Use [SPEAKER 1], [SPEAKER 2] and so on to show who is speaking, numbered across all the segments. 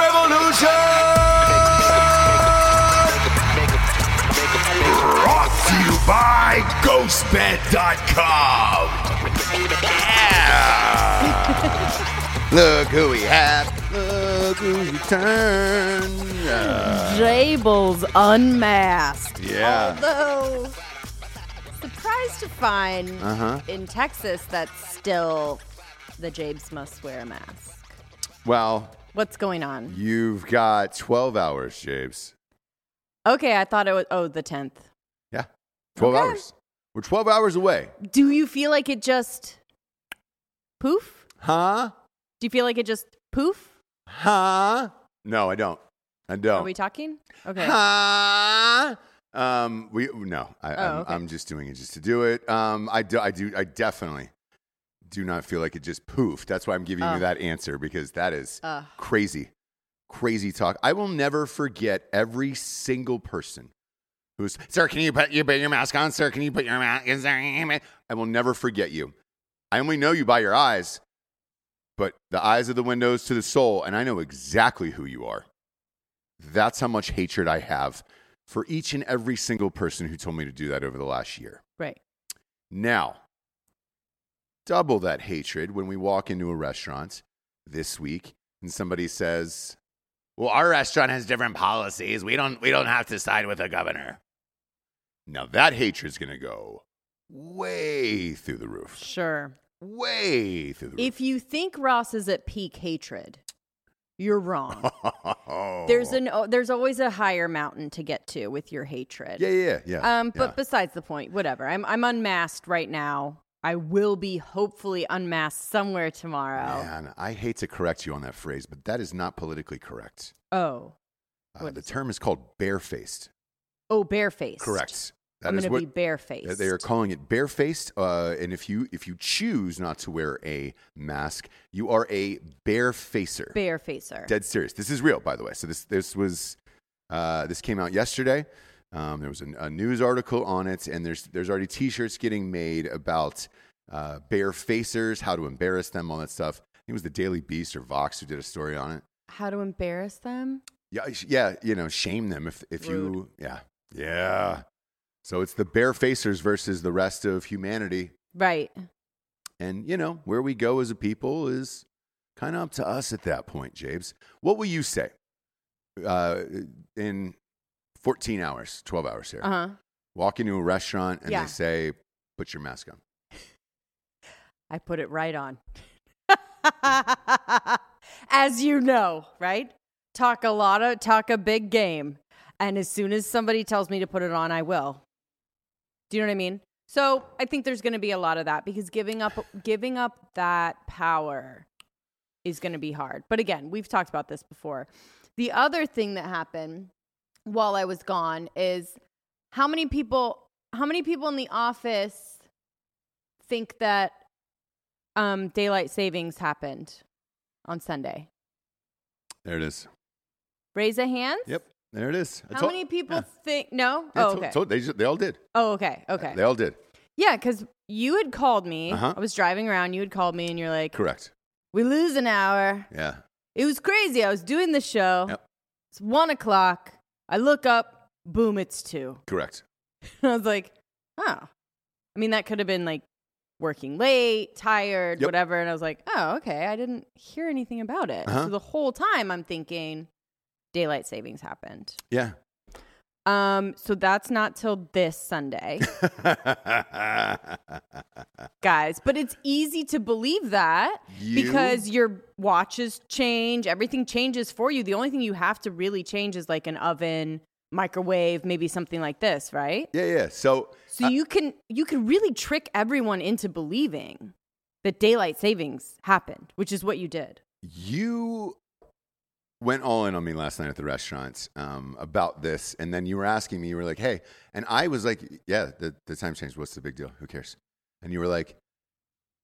[SPEAKER 1] Revolution! Brought to you by GhostBed.com. Yeah! Look who we have. Look who we turn. Uh,
[SPEAKER 2] Jables unmasked.
[SPEAKER 1] yeah.
[SPEAKER 3] Although, surprised to find
[SPEAKER 1] Uh-huh.
[SPEAKER 3] in Texas that still the Jabes must wear a mask.
[SPEAKER 1] Well,
[SPEAKER 3] What's going on?
[SPEAKER 1] you've got 12 hours, James.
[SPEAKER 3] Okay, I thought it was, oh, the 10th.
[SPEAKER 1] Yeah. 12
[SPEAKER 3] Okay.
[SPEAKER 1] hours. We're 12 hours away.
[SPEAKER 3] Do you feel like it just poof?
[SPEAKER 1] Huh?
[SPEAKER 3] Do you feel like it just poof?
[SPEAKER 1] Huh? No, I don't. I
[SPEAKER 3] Are
[SPEAKER 1] don't.
[SPEAKER 3] we talking? Okay.
[SPEAKER 1] Huh? Um, we no. I, I'm,
[SPEAKER 3] Oh, okay.
[SPEAKER 1] I'm just doing it just to do it. Um, I do. I do. I definitely do not feel like it just poofed. That's why I'm giving you
[SPEAKER 3] Oh.
[SPEAKER 1] that answer because that is
[SPEAKER 3] Ugh.
[SPEAKER 1] crazy, crazy talk. I will never forget every single person who's sir. Can you put you put your mask on, sir? Can you put your mask? Is there any ma-" I will never forget you. I only know you by your eyes, but the eyes are the windows to the soul, and I know exactly who you are. That's how much hatred I have for each and every single person who told me to do that over the last year.
[SPEAKER 2] Right.
[SPEAKER 1] Now, double that hatred when we walk into a restaurant this week and somebody says, "Well, our restaurant has different policies. We don't we don't have to side with the governor." Now that hatred's going to go way through the roof.
[SPEAKER 2] Sure.
[SPEAKER 1] Way through the roof.
[SPEAKER 3] If you think Ross is at peak hatred, you're wrong. there's
[SPEAKER 1] a
[SPEAKER 3] an oh, there's always a higher mountain to get to with your hatred.
[SPEAKER 1] Yeah, yeah, yeah.
[SPEAKER 3] Um, but besides the point, whatever. I'm I'm unmasked right now. I will be hopefully unmasked somewhere tomorrow.
[SPEAKER 1] Man, I hate to correct you on that phrase, but that is not politically correct.
[SPEAKER 3] Oh,
[SPEAKER 1] Uh,
[SPEAKER 3] What
[SPEAKER 1] the
[SPEAKER 3] is
[SPEAKER 1] term is called barefaced.
[SPEAKER 3] oh, barefaced.
[SPEAKER 1] Correct. That
[SPEAKER 3] I'm
[SPEAKER 1] is
[SPEAKER 3] going to be
[SPEAKER 1] what
[SPEAKER 3] barefaced.
[SPEAKER 1] they are calling it barefaced. Uh, and if you if you choose not to wear a mask, you are a barefacer.
[SPEAKER 3] barefacer.
[SPEAKER 1] Dead serious. This is real, by the way. So this this was uh, this came out yesterday. Um, there was a, a news article on it, and there's there's already T-shirts getting made about uh, bare facers, how to embarrass them, all that stuff. I think it was the Daily Beast or Vox who did a story on it.
[SPEAKER 3] How to embarrass them?
[SPEAKER 1] Yeah, I sh- yeah, you know, shame them if if you
[SPEAKER 3] Rude.
[SPEAKER 1] yeah yeah. So it's the bare facers versus the rest of humanity,
[SPEAKER 3] Right.
[SPEAKER 1] and you know where we go as a people is kind of up to us at that point, Jabes. What will you say uh, in fourteen hours, twelve hours here?
[SPEAKER 3] Uh huh.
[SPEAKER 1] Walk into a restaurant and
[SPEAKER 3] Yeah.
[SPEAKER 1] they say, "Put your mask on."
[SPEAKER 3] I put it right on. as you know, right? Talk a lot of talk a big game. And as soon as somebody tells me to put it on, I will. Do you know what I mean? So I think there's gonna be a lot of that because giving up giving up that power is gonna be hard. But again, we've talked about this before. The other thing that happened while I was gone is how many people how many people in the office think that um, daylight savings happened on Sunday?
[SPEAKER 1] There it is.
[SPEAKER 3] Raise a hand.
[SPEAKER 1] Yep, there it is. I
[SPEAKER 3] How
[SPEAKER 1] told-
[SPEAKER 3] many people
[SPEAKER 1] yeah.
[SPEAKER 3] think? No.
[SPEAKER 1] Yeah,
[SPEAKER 3] oh,
[SPEAKER 1] told-
[SPEAKER 3] okay.
[SPEAKER 1] told- they, ju- they all did.
[SPEAKER 3] oh, okay. Okay.
[SPEAKER 1] They all did.
[SPEAKER 3] yeah, because you had called me.
[SPEAKER 1] Uh-huh.
[SPEAKER 3] I was driving around. You had called me, and you're like,
[SPEAKER 1] Correct.
[SPEAKER 3] "We lose an hour."
[SPEAKER 1] Yeah.
[SPEAKER 3] It was crazy. I was doing the show.
[SPEAKER 1] Yep.
[SPEAKER 3] It's one o'clock. I look up. Boom! It's two.
[SPEAKER 1] Correct.
[SPEAKER 3] I was like, "Oh." I mean, that could have been like working late, tired,
[SPEAKER 1] Yep.
[SPEAKER 3] whatever. And I was like, oh, okay. I didn't hear anything about it.
[SPEAKER 1] Uh-huh.
[SPEAKER 3] So the whole time I'm thinking daylight savings happened.
[SPEAKER 1] Yeah.
[SPEAKER 3] Um, so that's not till this Sunday, guys. But it's easy to believe that
[SPEAKER 1] You-
[SPEAKER 3] because your watches change, everything changes for you. The only thing you have to really change is like an oven, microwave, maybe something like this, right?
[SPEAKER 1] yeah, yeah. So
[SPEAKER 3] So you can you can really trick everyone into believing that daylight savings happened, which is what you did.
[SPEAKER 1] you went all in on me last night at the restaurant um, about this, and then you were asking me, you were like, "Hey," and I was like, "Yeah, the, the time changed. What's the big deal? Who cares?" And you were like,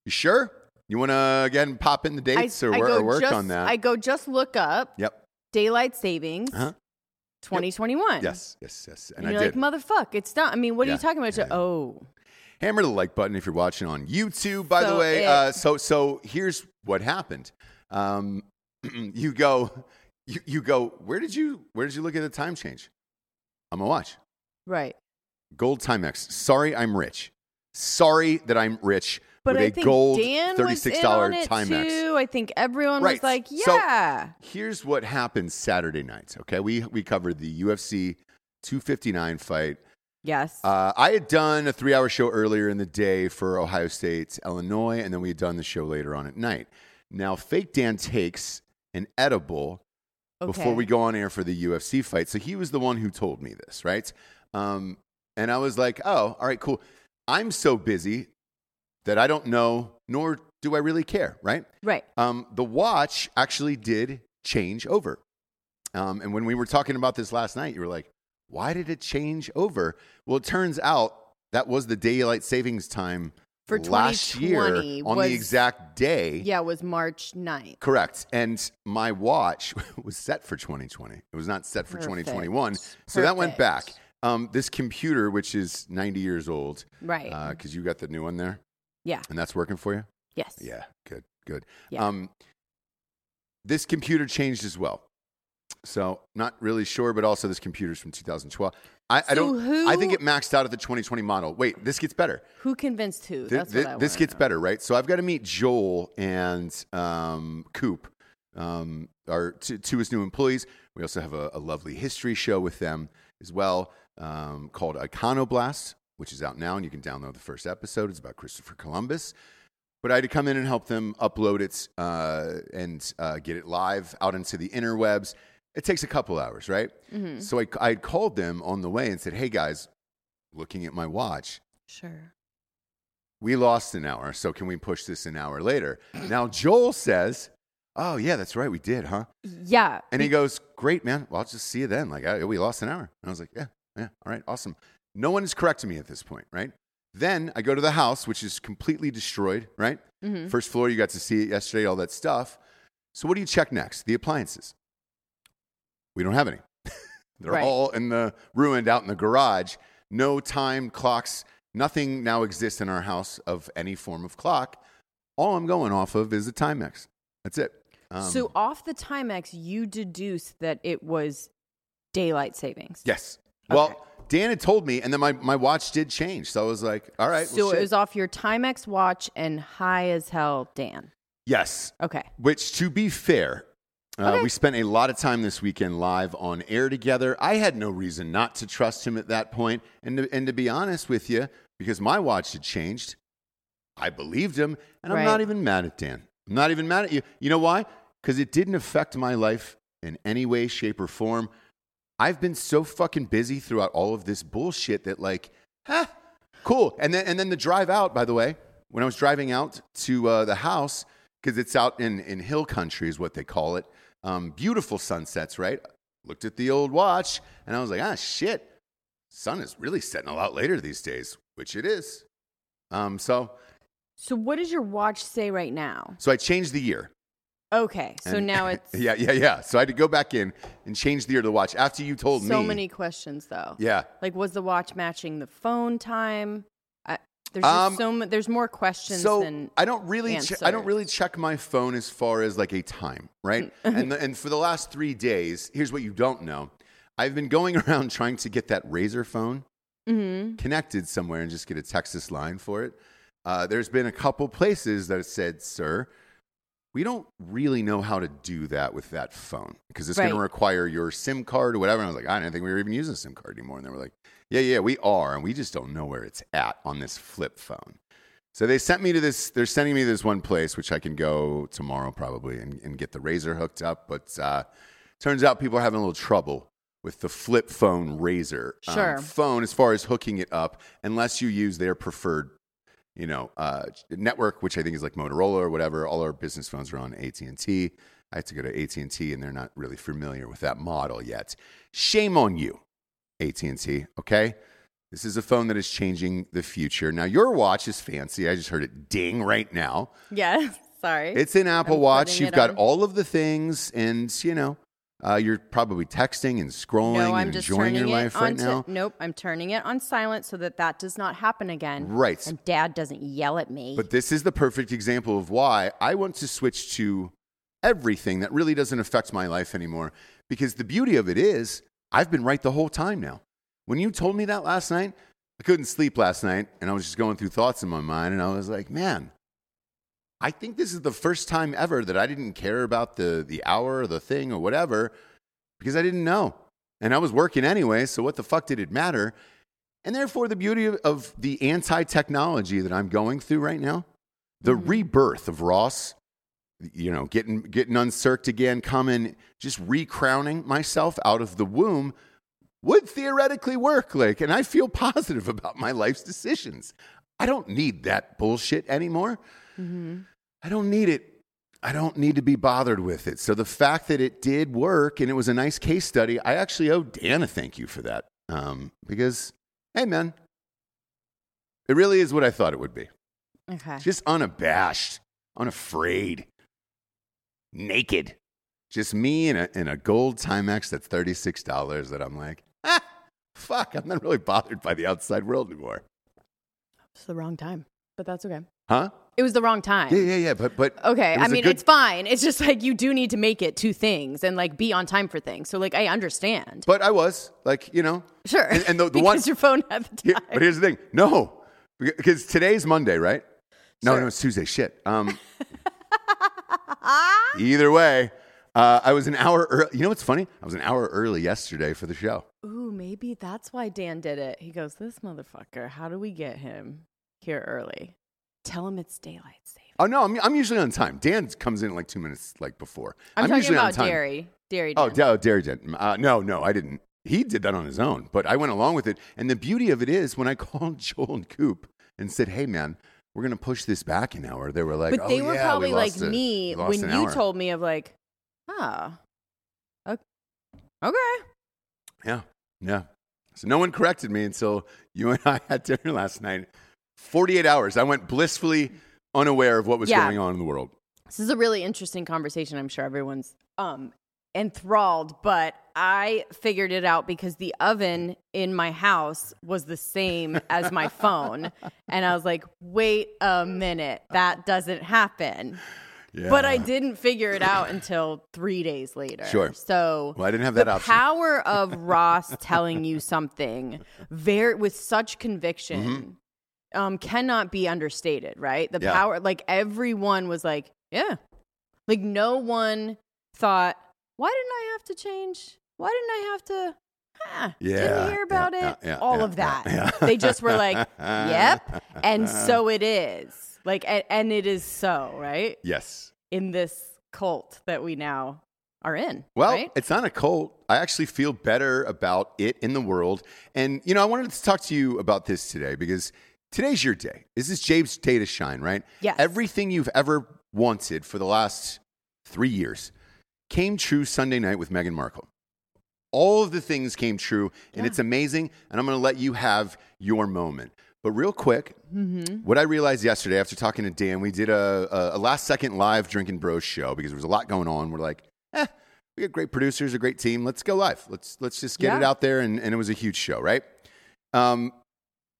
[SPEAKER 1] "You sure? You want to again pop in the dates or, wor- or work
[SPEAKER 3] just,
[SPEAKER 1] on that?"
[SPEAKER 3] I go just look up
[SPEAKER 1] yep.
[SPEAKER 3] daylight savings
[SPEAKER 1] Huh?
[SPEAKER 3] 2021.
[SPEAKER 1] Yes. Yes. Yes. And,
[SPEAKER 3] And,
[SPEAKER 1] I
[SPEAKER 3] you're
[SPEAKER 1] did.
[SPEAKER 3] like, motherfuck, it's done. I mean, what
[SPEAKER 1] Yeah,
[SPEAKER 3] are you talking about?
[SPEAKER 1] yeah.
[SPEAKER 3] Oh,
[SPEAKER 1] Hammer the like button if you're watching on YouTube. By the
[SPEAKER 3] So
[SPEAKER 1] way,
[SPEAKER 3] it-
[SPEAKER 1] uh, so so here's what happened. Um, you go, you, you go. Where did you where did you look at the time change? I'm gonna watch
[SPEAKER 3] right.
[SPEAKER 1] gold Timex. Sorry, I'm rich. Sorry that I'm rich
[SPEAKER 3] But
[SPEAKER 1] with
[SPEAKER 3] I
[SPEAKER 1] a
[SPEAKER 3] think
[SPEAKER 1] gold
[SPEAKER 3] Dan was in
[SPEAKER 1] thirty-six
[SPEAKER 3] on
[SPEAKER 1] dollar
[SPEAKER 3] it
[SPEAKER 1] Timex.
[SPEAKER 3] too. I think everyone
[SPEAKER 1] Right.
[SPEAKER 3] was like,
[SPEAKER 1] So-
[SPEAKER 3] yeah.
[SPEAKER 1] Here's what happened Saturday night. Okay, we we covered the UFC 259 fight.
[SPEAKER 3] yes.
[SPEAKER 1] Uh, I had done a three hour show earlier in the day for Ohio State, Illinois, and then we had done the show later on at night. Now, Fake Dan takes an edible
[SPEAKER 3] okay.
[SPEAKER 1] before we go on air for the UFC fight. So he was the one who told me this, right? Um, and I was like, oh, all right, cool. I'm so busy that I don't know, nor do I really care, right?
[SPEAKER 3] Right.
[SPEAKER 1] Um, the watch actually did change over. Um, and when we were talking about this last night, you were like, why did it change over? Well, it turns out that was the daylight savings time
[SPEAKER 3] For
[SPEAKER 1] last year
[SPEAKER 3] 2020
[SPEAKER 1] on
[SPEAKER 3] was-
[SPEAKER 1] the exact day.
[SPEAKER 3] Yeah, it was March 9th.
[SPEAKER 1] Correct. And my watch was set for 2020. It was not set for
[SPEAKER 3] Perfect.
[SPEAKER 1] 2021. So that went back.
[SPEAKER 3] Perfect.
[SPEAKER 1] Um, this computer, which is 90 years old,
[SPEAKER 3] Right.
[SPEAKER 1] because you got the new one there
[SPEAKER 3] yeah.
[SPEAKER 1] and that's working for you?
[SPEAKER 3] Yes.
[SPEAKER 1] Yeah, good, good.
[SPEAKER 3] Yeah.
[SPEAKER 1] Um, this computer changed as well. So not really sure, but also this computer's from 2012. I, I
[SPEAKER 3] So
[SPEAKER 1] don't.
[SPEAKER 3] who-
[SPEAKER 1] I think it maxed out at the 2020 model. Wait, this gets better.
[SPEAKER 3] Who convinced who?
[SPEAKER 1] Th-
[SPEAKER 3] That's
[SPEAKER 1] th-
[SPEAKER 3] what I
[SPEAKER 1] this
[SPEAKER 3] wanna
[SPEAKER 1] gets
[SPEAKER 3] know.
[SPEAKER 1] better, right? So I've got to meet Joel and um, Coop, um, our two, two of his new employees. We also have a, a lovely history show with them as well um, called Iconoblast, which is out now, and you can download the first episode. It's about Christopher Columbus. But I had to come in and help them upload it uh, and uh, get it live out into the interwebs. It takes a couple hours, right?
[SPEAKER 3] Hmm.
[SPEAKER 1] So I, I had called them on the way and said, "Hey guys, looking at my watch,
[SPEAKER 3] Sure.
[SPEAKER 1] we lost an hour, so can we push this an hour later? Now Joel says, "Oh yeah, that's right, we did, huh?"
[SPEAKER 3] Yeah.
[SPEAKER 1] And he goes, "Great, man. Well, I'll just see you then." Like, I, we lost an hour, and I was like, "Yeah, yeah, all right, awesome." No one is correcting me at this point, right? Then I go to the house, which is completely destroyed, right?
[SPEAKER 3] Mhm.
[SPEAKER 1] First floor, you got to see it yesterday, all that stuff. So what do you check next? The appliances. We don't have any. They're
[SPEAKER 3] Right.
[SPEAKER 1] all in the ruined out in the garage. No time clocks. Nothing now exists in our house of any form of clock. All I'm going off of is a Timex. That's it. Um,
[SPEAKER 3] so off the Timex, you deduce that it was daylight savings.
[SPEAKER 1] yes.
[SPEAKER 3] Okay.
[SPEAKER 1] Well, Dan had told me, and then my, my watch did change. So I was like, all right.
[SPEAKER 3] So
[SPEAKER 1] well,
[SPEAKER 3] it
[SPEAKER 1] shit.
[SPEAKER 3] was off your Timex watch and high as hell, Dan.
[SPEAKER 1] yes.
[SPEAKER 3] Okay.
[SPEAKER 1] Which, to be fair, uh,
[SPEAKER 3] Okay.
[SPEAKER 1] we spent a lot of time this weekend live on air together. I had no reason not to trust him at that point, and to, and to be honest with you, because my watch had changed, I believed him, and I'm
[SPEAKER 3] Right.
[SPEAKER 1] not even mad at Dan. I'm not even mad at you. You know why? Because it didn't affect my life in any way, shape, or form. I've been so fucking busy throughout all of this bullshit that like, huh, cool. And then and then the drive out, by the way, when I was driving out to uh, the house because it's out in in hill country is what they call it. Um, beautiful sunsets, right? Looked at the old watch and I was like, ah, shit, sun is really setting a lot later these days, which it is. Um, so
[SPEAKER 3] So what does your watch say right now?
[SPEAKER 1] so I changed the year.
[SPEAKER 3] Okay. So
[SPEAKER 1] And-
[SPEAKER 3] now it's
[SPEAKER 1] yeah, yeah, yeah. So I had to go back in and change the year to the watch after you told me.
[SPEAKER 3] so many questions though.
[SPEAKER 1] Yeah,
[SPEAKER 3] Like was the watch matching the phone time? I, there's just
[SPEAKER 1] Um,
[SPEAKER 3] so ma- there's more questions
[SPEAKER 1] so
[SPEAKER 3] than
[SPEAKER 1] I don't really che- I don't
[SPEAKER 3] answers.
[SPEAKER 1] really check my phone as far as like a time, right? and the, and for the last three days, here's what you don't know: I've been going around trying to get that Razor phone
[SPEAKER 3] mm-hmm.
[SPEAKER 1] connected somewhere and just get a Texas line for it. Uh, there's been a couple places that have said, "Sir, we don't really know how to do that with that phone because it's going to
[SPEAKER 3] Right.
[SPEAKER 1] require your SIM card or whatever." And I was like, "I didn't think we were even using a SIM card anymore." And they were like, "Yeah, yeah, we are, and we just don't know where it's at on this flip phone." So they sent me to this. They're sending me to this one place, which I can go tomorrow probably and, and get the razor hooked up. But uh, turns out people are having a little trouble with the flip phone razor um,
[SPEAKER 3] Sure.
[SPEAKER 1] phone as far as hooking it up, unless you use their preferred, you know, uh, network, which I think is like Motorola or whatever. All our business phones are on AT and T. I had to go to AT and T, and they're not really familiar with that model yet. Shame on you, AT and T. Okay. This is a phone that is changing the future. Now, your watch is fancy. I just heard it ding right now.
[SPEAKER 3] Yeah. Sorry.
[SPEAKER 1] It's an Apple
[SPEAKER 3] I'm
[SPEAKER 1] Watch.
[SPEAKER 3] putting
[SPEAKER 1] You've
[SPEAKER 3] it
[SPEAKER 1] got
[SPEAKER 3] on.
[SPEAKER 1] all of the things, and you know, uh, you're probably texting and scrolling
[SPEAKER 3] no, I'm
[SPEAKER 1] and
[SPEAKER 3] just
[SPEAKER 1] enjoying your
[SPEAKER 3] turning it
[SPEAKER 1] life right
[SPEAKER 3] onto-
[SPEAKER 1] now.
[SPEAKER 3] Nope, I'm turning it on silent so that that does not happen again.
[SPEAKER 1] Right.
[SPEAKER 3] And Dad doesn't yell at me.
[SPEAKER 1] But this is the perfect example of why I want to switch to everything that really doesn't affect my life anymore. Because the beauty of it is, I've been right the whole time now. When you told me that last night, I couldn't sleep last night, and I was just going through thoughts in my mind, and I was like, man, I think this is the first time ever that I didn't care about the, the hour or the thing or whatever because I didn't know. And I was working anyway, so what the fuck did it matter? And therefore, the beauty of, of the anti technology that I'm going through right now, the rebirth of Ross, you know, getting, getting uncirced again, coming, just recrowning myself out of the womb would theoretically work. Like, and I feel positive about my life's decisions. I don't need that bullshit anymore.
[SPEAKER 3] Mm-hmm.
[SPEAKER 1] I don't need it. I don't need to be bothered with it. So the fact that it did work and it was a nice case study, I actually owe Dan a thank you for that. Um, because, hey, man, it really is what I thought it would be.
[SPEAKER 3] okay.
[SPEAKER 1] Just unabashed, unafraid, naked. Just me in a, in a gold Timex that's $36 that I'm like, ah, fuck, I'm not really bothered by the outside world anymore.
[SPEAKER 3] It's the wrong time. but that's okay.
[SPEAKER 1] Huh?
[SPEAKER 3] It was the wrong time.
[SPEAKER 1] Yeah, yeah, yeah. But but
[SPEAKER 3] Okay,
[SPEAKER 1] it
[SPEAKER 3] I
[SPEAKER 1] was a
[SPEAKER 3] mean
[SPEAKER 1] good-
[SPEAKER 3] it's fine. It's just like you do need to make it to things and like be on time for things. So like I understand.
[SPEAKER 1] But I was like, you know,
[SPEAKER 3] sure.
[SPEAKER 1] And, and the, the
[SPEAKER 3] because
[SPEAKER 1] one,
[SPEAKER 3] your phone had the
[SPEAKER 1] Here-
[SPEAKER 3] time.
[SPEAKER 1] but here's the thing. No, because today's Monday, right? No,
[SPEAKER 3] Sure.
[SPEAKER 1] no, it's Tuesday. Shit. Um, either way, uh, I was an hour early. You know what's funny? I was an hour early yesterday for the show.
[SPEAKER 3] Ooh, maybe that's why Dan did it. He goes, "This motherfucker. How do we get him here early? Tell him it's daylight saving."
[SPEAKER 1] Oh no, I'm, I'm usually on time. Dan comes in like two minutes like before.
[SPEAKER 3] I'm, talking
[SPEAKER 1] usually on
[SPEAKER 3] about
[SPEAKER 1] time.
[SPEAKER 3] dairy. Dairy.
[SPEAKER 1] Oh,
[SPEAKER 3] Dan.
[SPEAKER 1] da- oh, Derry did. Uh, no, no, I didn't. He did that on his own, but I went along with it. And the beauty of it is, when I called Joel and Coop and said, "Hey, man, we're gonna push this back an hour," they were like,
[SPEAKER 3] but
[SPEAKER 1] "Oh,
[SPEAKER 3] they were
[SPEAKER 1] yeah, we
[SPEAKER 3] probably like
[SPEAKER 1] lost a-
[SPEAKER 3] me
[SPEAKER 1] we lost
[SPEAKER 3] when
[SPEAKER 1] an
[SPEAKER 3] you
[SPEAKER 1] hour."
[SPEAKER 3] told me of like, ah, oh, okay,
[SPEAKER 1] Yeah, yeah. So no one corrected me until you and I had dinner last night. Forty-eight hours. I went blissfully unaware of what was
[SPEAKER 3] Yeah.
[SPEAKER 1] going on in the world.
[SPEAKER 3] this is a really interesting conversation. I'm sure everyone's um enthralled, but I figured it out because the oven in my house was the same as my phone, and I was like, wait a minute, that doesn't happen.
[SPEAKER 1] Yeah.
[SPEAKER 3] But I didn't figure it out until three days later.
[SPEAKER 1] Sure.
[SPEAKER 3] So
[SPEAKER 1] Well, I didn't have
[SPEAKER 3] the
[SPEAKER 1] that option.
[SPEAKER 3] power of Ross telling you something very with such conviction um, cannot be understated, right? The
[SPEAKER 1] Mm-hmm. Yeah.
[SPEAKER 3] power, like everyone was like, yeah, like no one thought, why didn't I have to change? Why didn't I have to? Huh,
[SPEAKER 1] Yeah,
[SPEAKER 3] didn't hear about
[SPEAKER 1] yeah,
[SPEAKER 3] it.
[SPEAKER 1] yeah, yeah,
[SPEAKER 3] All
[SPEAKER 1] yeah,
[SPEAKER 3] of that.
[SPEAKER 1] yeah.
[SPEAKER 3] They just were like, "Yep," and so it is. Like, and, and it is so right
[SPEAKER 1] yes.
[SPEAKER 3] in this cult that we now are in.
[SPEAKER 1] Well,
[SPEAKER 3] right?
[SPEAKER 1] it's not a cult. I actually feel better about it in the world. And, you know, I wanted to talk to you about this today because today's your day. This is Jabe's day to shine, right?
[SPEAKER 3] Yes.
[SPEAKER 1] Everything you've ever wanted for the last three years came true Sunday night with Meghan Markle. All of the things came true, and it's amazing. And I'm going to let you have your moment. But, real quick,
[SPEAKER 3] Mm-hmm.
[SPEAKER 1] what I realized yesterday after talking to Dan, we did a, a, a last second live drinking bros show because there was a lot going on. We're like, eh, we got great producers, a great team. Let's go live. Let's let's just get it
[SPEAKER 3] Yeah.
[SPEAKER 1] out there. And, and it was a huge show, right? Um,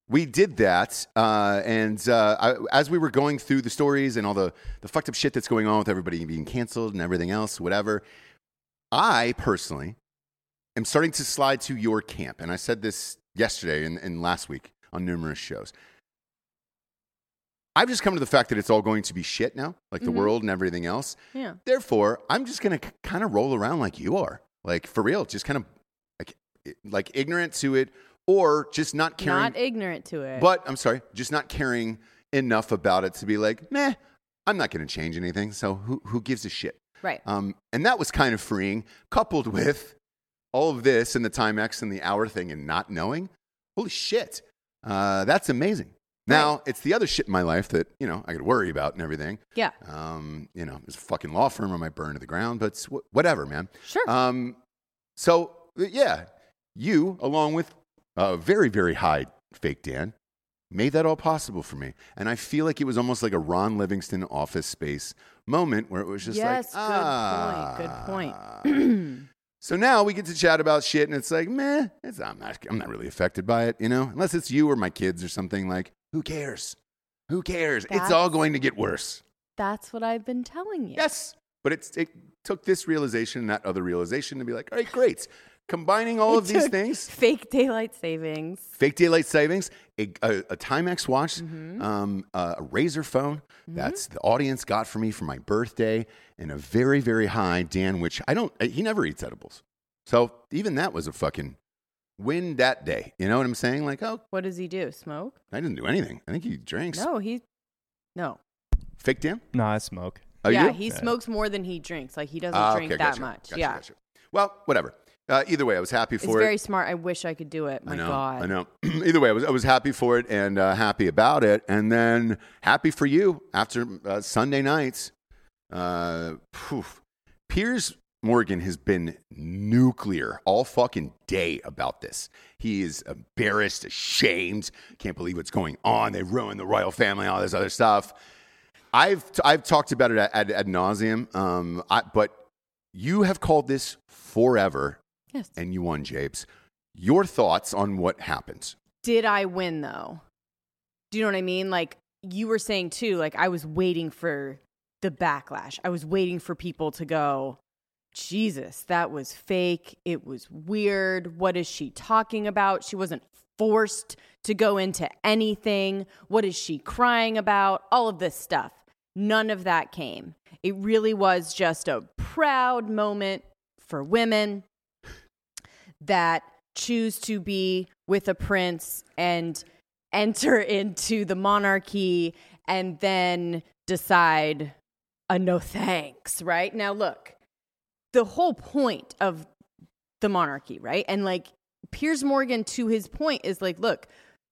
[SPEAKER 1] we did that, uh, and uh, I, as we were going through the stories and all the the fucked up shit that's going on with everybody being canceled and everything else, whatever. I personally am starting to slide to your camp, and I said this yesterday and, and last week on numerous shows. I've just come to the fact that it's all going to be shit now, like the world and everything else.
[SPEAKER 3] yeah.
[SPEAKER 1] Therefore, I'm just going to kind of roll around like you are, like for real, just kind of like like ignorant to it, or just not caring.
[SPEAKER 3] Not ignorant to it.
[SPEAKER 1] But I'm sorry, just not caring enough about it to be like, meh, I'm not going to change anything. So who who gives a shit?
[SPEAKER 3] right.
[SPEAKER 1] Um, and that was kind of freeing, coupled with all of this and the time X and the hour thing and not knowing. Holy shit, uh, that's amazing. Now it's the other shit in my life that you know I could worry about and everything.
[SPEAKER 3] Yeah.
[SPEAKER 1] Um, you know, there's a fucking law firm I might burn to the ground, but it's wh- whatever, man.
[SPEAKER 3] Sure.
[SPEAKER 1] Um, so uh, yeah, you along with uh, very very high fake Dan made that all possible for me, and I feel like it was almost like a Ron Livingston Office Space moment where it was just
[SPEAKER 3] yes.
[SPEAKER 1] like, ah.
[SPEAKER 3] good point. Good
[SPEAKER 1] Uh,
[SPEAKER 3] point.
[SPEAKER 1] So now we get to chat about shit, and it's like, meh, it's, I'm, not, I'm not really affected by it, you know? Unless it's you or my kids or something like, who cares? Who cares? it's all
[SPEAKER 3] That's-
[SPEAKER 1] going to get worse.
[SPEAKER 3] That's what I've been telling you.
[SPEAKER 1] Yes. But it's, it took this realization and that other realization to be like, all right, great. Combining all
[SPEAKER 3] It
[SPEAKER 1] of these
[SPEAKER 3] took
[SPEAKER 1] things,
[SPEAKER 3] Fake daylight savings.
[SPEAKER 1] fake daylight savings, a, a, a Timex watch,
[SPEAKER 3] Mm-hmm.
[SPEAKER 1] um, a razor phone. That's the audience got for me for my birthday, and a very very high Dan, which I don't. eh, He never eats edibles, so even that was a fucking win that day. You know what I'm saying? Like, oh,
[SPEAKER 3] What does he do? Smoke?
[SPEAKER 1] I didn't do anything. I think he drinks.
[SPEAKER 3] No, he. No.
[SPEAKER 1] Fake Dan.
[SPEAKER 4] No, I smoke.
[SPEAKER 1] Oh, you
[SPEAKER 3] yeah,
[SPEAKER 1] do?
[SPEAKER 3] he
[SPEAKER 4] Yeah.
[SPEAKER 3] smokes more than he drinks. Like he doesn't
[SPEAKER 1] Ah,
[SPEAKER 3] drink
[SPEAKER 1] okay,
[SPEAKER 3] that
[SPEAKER 1] gotcha,
[SPEAKER 3] much.
[SPEAKER 1] gotcha,
[SPEAKER 3] yeah.
[SPEAKER 1] gotcha. Well, whatever. Uh, either way, I was happy
[SPEAKER 3] It's
[SPEAKER 1] for it.
[SPEAKER 3] very smart. I wish I could do it. My
[SPEAKER 1] I know.
[SPEAKER 3] God.
[SPEAKER 1] I know. Either way, I was, I was happy for it and uh, happy about it. And then happy for you after uh, Sunday nights. Uh, phew. Piers Morgan has been nuclear all fucking day about this. He is embarrassed, ashamed, can't believe what's going on. They ruined the royal family, all this other stuff. I've, t- I've talked about it ad, ad, ad nauseum, um, I, but you have called this forever
[SPEAKER 3] Yes.
[SPEAKER 1] and you won, Japes. Your thoughts on what happened?
[SPEAKER 3] Did I win though? Do you know what I mean? Like you were saying too, like I was waiting for the backlash. I was waiting for people to go, Jesus, that was fake. It was weird. What is she talking about? She wasn't forced to go into anything. What is she crying about? All of this stuff. None of that came. It really was just a proud moment for women that choose to be with a prince and enter into the monarchy and then decide a no thanks, right? Now, look, the whole point of the monarchy, right? And like Piers Morgan, to his point, is like, look,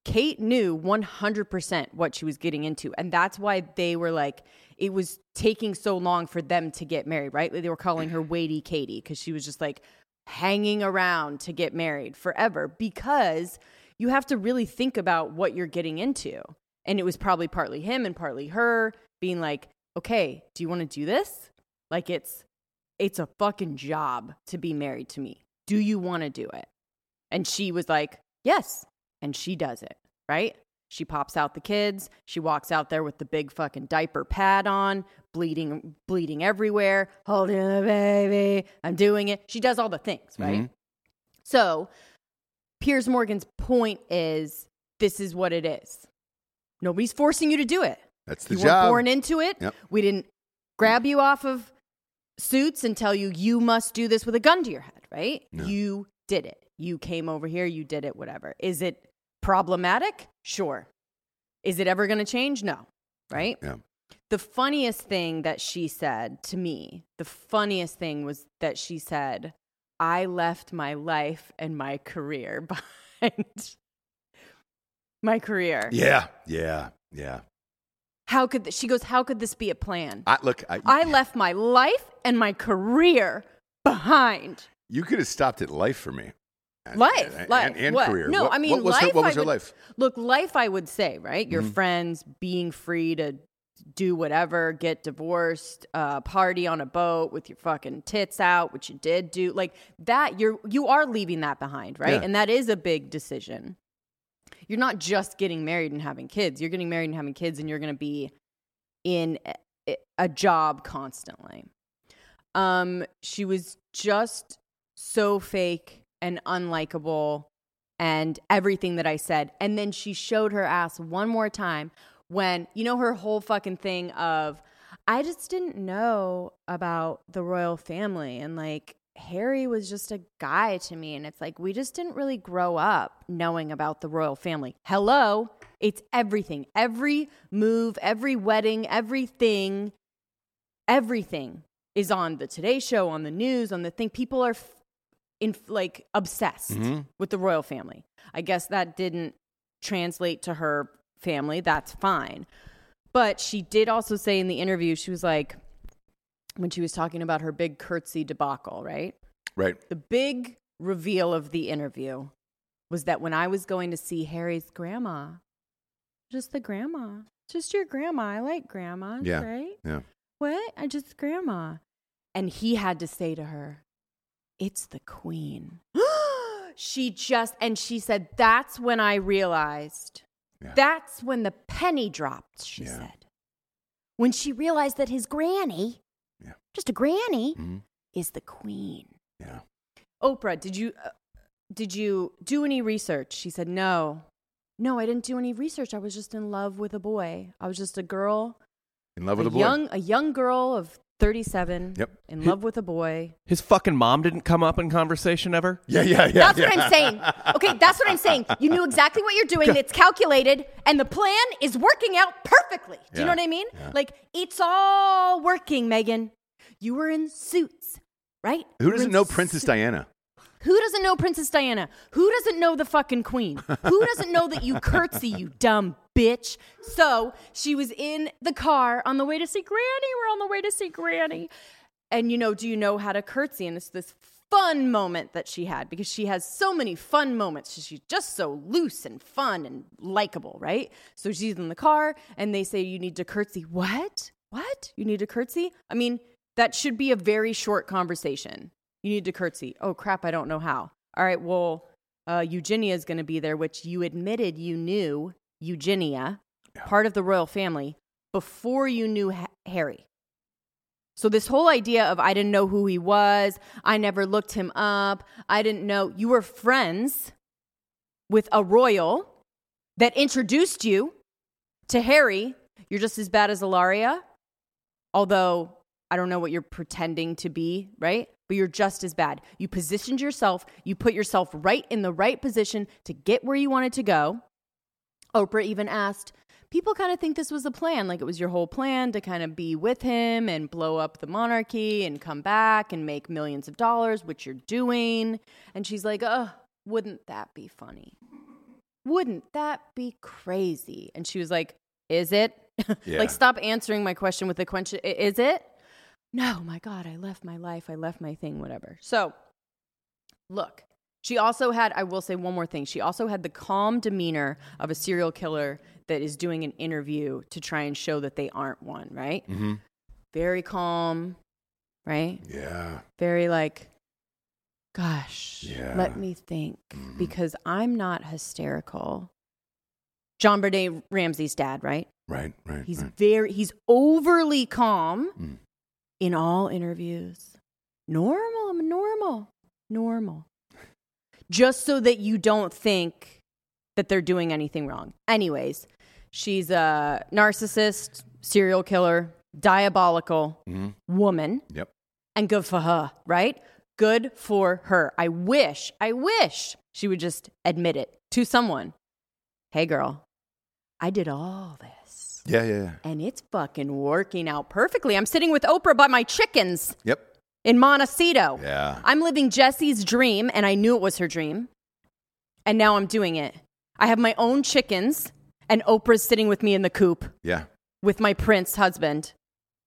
[SPEAKER 3] Kate knew 100% what she was getting into. And that's why they were like, it was taking so long for them to get married, right? They were calling her Weighty Katie because she was just like hanging around to get married forever because you have to really think about what you're getting into. And it was probably partly him and partly her being like, okay, do you want to do this? Like it's it's a fucking job to be married to me. Do you want to do it? And she was like, yes. And she does it, right? She pops out the kids. She walks out there with the big fucking diaper pad on, bleeding, bleeding everywhere, holding the baby. I'm doing it. She does all the things, right?
[SPEAKER 1] Mhm.
[SPEAKER 3] So Piers Morgan's point is this is what it is. Nobody's forcing you to do it.
[SPEAKER 1] That's the
[SPEAKER 3] You
[SPEAKER 1] job.
[SPEAKER 3] weren't born into it.
[SPEAKER 1] Yep.
[SPEAKER 3] We didn't grab you off of suits and tell you you must do this with a gun to your head, right?
[SPEAKER 1] No.
[SPEAKER 3] You did it. You came over here, you did it, whatever. Is it problematic? Sure. Is it ever going to change? No. Right?
[SPEAKER 1] Yeah.
[SPEAKER 3] The funniest thing that she said to me, the funniest thing was that she said, I left my life and my career behind. my career.
[SPEAKER 1] Yeah, yeah, yeah.
[SPEAKER 3] How could th- she goes, How could this be a plan?
[SPEAKER 1] I look. I,
[SPEAKER 3] I left my life and my career behind.
[SPEAKER 1] you could have stopped at life for me. And-
[SPEAKER 3] Life,
[SPEAKER 1] and,
[SPEAKER 3] life,
[SPEAKER 1] and, and
[SPEAKER 3] what?
[SPEAKER 1] career.
[SPEAKER 3] No,
[SPEAKER 1] what,
[SPEAKER 3] I mean,
[SPEAKER 1] what was
[SPEAKER 3] life,
[SPEAKER 1] her, what
[SPEAKER 3] I
[SPEAKER 1] was her
[SPEAKER 3] would-
[SPEAKER 1] life?
[SPEAKER 3] Look, life, I would say, right? Your friends being free to do whatever, get divorced, uh, party on a boat with your fucking tits out, which you did do, like that. You're you are leaving that behind, right?
[SPEAKER 1] Yeah.
[SPEAKER 3] And that is a big decision. You're not just getting married and having kids. You're getting married and having kids, and you're going to be in a, a job constantly. Um, she was just so fake and unlikable and everything that I said. And then she showed her ass one more time when, you know, her whole fucking thing of, I just didn't know about the royal family. And like, Harry was just a guy to me. And it's like, we just didn't really grow up knowing about the royal family. Hello. It's everything. Every move, every wedding, everything everything is on the Today Show, on the news, on the thing. People are f- in like obsessed
[SPEAKER 1] Mhm.
[SPEAKER 3] with the royal family. I guess that didn't translate to her family. That's fine. But she did also say in the interview, she was like, when she was talking about her big curtsy debacle, right?
[SPEAKER 1] Right.
[SPEAKER 3] The big reveal of the interview was that when I was going to see Harry's grandma, just the grandma, just your grandma. I like grandma,
[SPEAKER 1] Yeah.
[SPEAKER 3] right?
[SPEAKER 1] Yeah.
[SPEAKER 3] What? I just grandma. And he had to say to her, It's the queen. she just, and she said, That's when I realized.
[SPEAKER 1] Yeah.
[SPEAKER 3] That's when the penny dropped, she
[SPEAKER 1] Yeah.
[SPEAKER 3] said. When she realized that his granny,
[SPEAKER 1] Yeah.
[SPEAKER 3] just a granny,
[SPEAKER 1] Mhm.
[SPEAKER 3] is the queen.
[SPEAKER 1] Yeah.
[SPEAKER 3] Oprah, did you uh, did you do any research? She said, "No. No, I didn't do any research. I was just in love with a boy. I was just a girl,
[SPEAKER 1] In love with a, boy.
[SPEAKER 3] young a young girl of 37
[SPEAKER 1] Yep.
[SPEAKER 3] in love with a boy."
[SPEAKER 4] His fucking mom didn't come up in conversation ever.
[SPEAKER 1] yeah, yeah, yeah.
[SPEAKER 5] That's
[SPEAKER 1] yeah.
[SPEAKER 5] what I'm saying. Okay, that's what I'm saying. You knew exactly what you're doing. It's calculated, and the plan is working out perfectly. Do you know
[SPEAKER 1] Yeah,
[SPEAKER 5] what I mean?
[SPEAKER 1] yeah.
[SPEAKER 5] Like it's all working, Megan. You were in suits, right? You
[SPEAKER 1] Who
[SPEAKER 5] were
[SPEAKER 1] doesn't
[SPEAKER 5] in
[SPEAKER 1] know Princess Diana?
[SPEAKER 3] Who doesn't know Princess Diana? Who doesn't know the fucking queen? Who doesn't know that you curtsy, you dumb bitch? So she was in the car on the way to see Granny. We're on the way to see Granny. And you know, do you know how to curtsy? And it's this fun moment that she had because she has so many fun moments. She's just so loose and fun and likable, right? So she's in the car and they say, You need to curtsy. What? What? You need to curtsy? I mean, that should be a very short conversation. You need to curtsy. Oh, crap. I don't know how. All right. Well, uh, Eugenia is going to be there, which you admitted you knew Eugenia part of the royal family before you knew ha- Harry. So this whole idea of I didn't know who he was, I never looked him up, I didn't know you were friends with a royal that introduced you to Harry. You're just as bad as Ilaria, although I don't know what you're pretending to be, right? But you're just as bad. You positioned yourself, you put yourself right in the right position to get where you wanted to go. Oprah even asked, people kind of think this was a plan, like it was your whole plan to kind of be with him and blow up the monarchy and come back and make millions of dollars, which you're doing. And she's like, oh, wouldn't that be funny? Wouldn't that be crazy? And she was like, is it?
[SPEAKER 1] Yeah.
[SPEAKER 3] like, stop answering my question with the question. "I- Is it? No, my God, I left my life. I left my thing, whatever. So, look, she also had, I will say one more thing. She also had the calm demeanor of a serial killer that is doing an interview to try and show that they aren't one, right?
[SPEAKER 1] Mm-hmm.
[SPEAKER 3] Very calm, right?
[SPEAKER 1] Yeah.
[SPEAKER 3] Very like, gosh,
[SPEAKER 1] Yeah.
[SPEAKER 3] let me think because I'm not hysterical. John Bernard Ramsey's dad, right?
[SPEAKER 1] Right. Right.
[SPEAKER 3] He's
[SPEAKER 1] right.
[SPEAKER 3] very he's overly calm
[SPEAKER 1] Mm-hmm. Mm.
[SPEAKER 3] in all interviews. Normal, I'm normal. Normal. Just so that you don't think that they're doing anything wrong. Anyways, she's a narcissist, serial killer, diabolical
[SPEAKER 1] Mhm.
[SPEAKER 3] woman
[SPEAKER 1] Yep.
[SPEAKER 3] and good for her, right? Good for her. I wish, I wish she would just admit it to someone. Hey girl, I did all this
[SPEAKER 1] Yeah. Yeah. Yeah.
[SPEAKER 3] and it's fucking working out perfectly. I'm sitting with Oprah by my chickens
[SPEAKER 1] Yep.
[SPEAKER 3] in Montecito.
[SPEAKER 1] Yeah.
[SPEAKER 3] I'm living Jesse's dream, and I knew it was her dream. And now I'm doing it. I have my own chickens, and Oprah's sitting with me in the coop
[SPEAKER 1] Yeah.
[SPEAKER 3] with my prince husband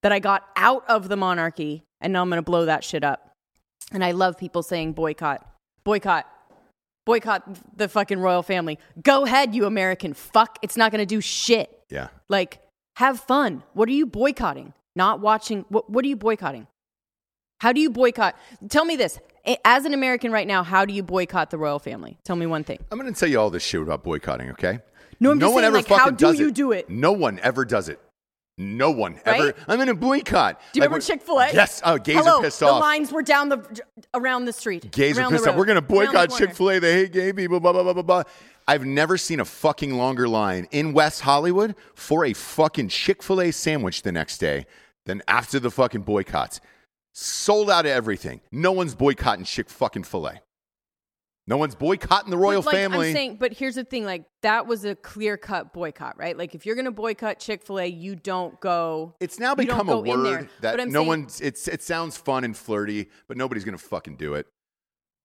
[SPEAKER 3] that I got out of the monarchy, and now I'm gonna blow that shit up. And I love people saying boycott, boycott, boycott the fucking royal family. Go ahead, you American fuck. It's not gonna do shit.
[SPEAKER 1] Yeah.
[SPEAKER 3] Like, have fun. What are you boycotting? Not watching. What, what are you boycotting? How do you boycott? Tell me this. A- As an American right now, how do you boycott the royal family? Tell me one thing.
[SPEAKER 1] I'm going to tell you all this shit about boycotting, okay?
[SPEAKER 3] No, I'm just saying, like, how do you do it?
[SPEAKER 1] No one ever does it. No one ever.
[SPEAKER 3] Right?
[SPEAKER 1] I'm going to boycott.
[SPEAKER 3] Do you
[SPEAKER 1] Like,
[SPEAKER 3] remember
[SPEAKER 1] we're-
[SPEAKER 3] Chick fil A?
[SPEAKER 1] Yes. Oh, gays
[SPEAKER 3] Hello,
[SPEAKER 1] are pissed
[SPEAKER 3] the
[SPEAKER 1] off.
[SPEAKER 3] lines were down the around the street.
[SPEAKER 1] Gays are
[SPEAKER 3] around the
[SPEAKER 1] pissed off.
[SPEAKER 3] road,
[SPEAKER 1] We're going to
[SPEAKER 3] around the
[SPEAKER 1] boycott
[SPEAKER 3] corner.
[SPEAKER 1] Chick fil A. They hate gay people, blah, blah, blah, blah, blah. I've never seen a fucking longer line in West Hollywood for a fucking Chick fil A sandwich the next day than after the fucking boycotts. Sold out of everything. No one's boycotting Chick fucking fil A. No one's boycotting the royal
[SPEAKER 3] But, like,
[SPEAKER 1] family.
[SPEAKER 3] I'm saying, but here's the thing: like that was a clear cut boycott, right? Like if you're going to boycott Chick fil A, you don't go.
[SPEAKER 1] It's now
[SPEAKER 3] you don't
[SPEAKER 1] become a
[SPEAKER 3] go in there.
[SPEAKER 1] word that
[SPEAKER 3] But I'm
[SPEAKER 1] no
[SPEAKER 3] saying-
[SPEAKER 1] one's. It's it sounds fun and flirty, but nobody's gonna fucking do it.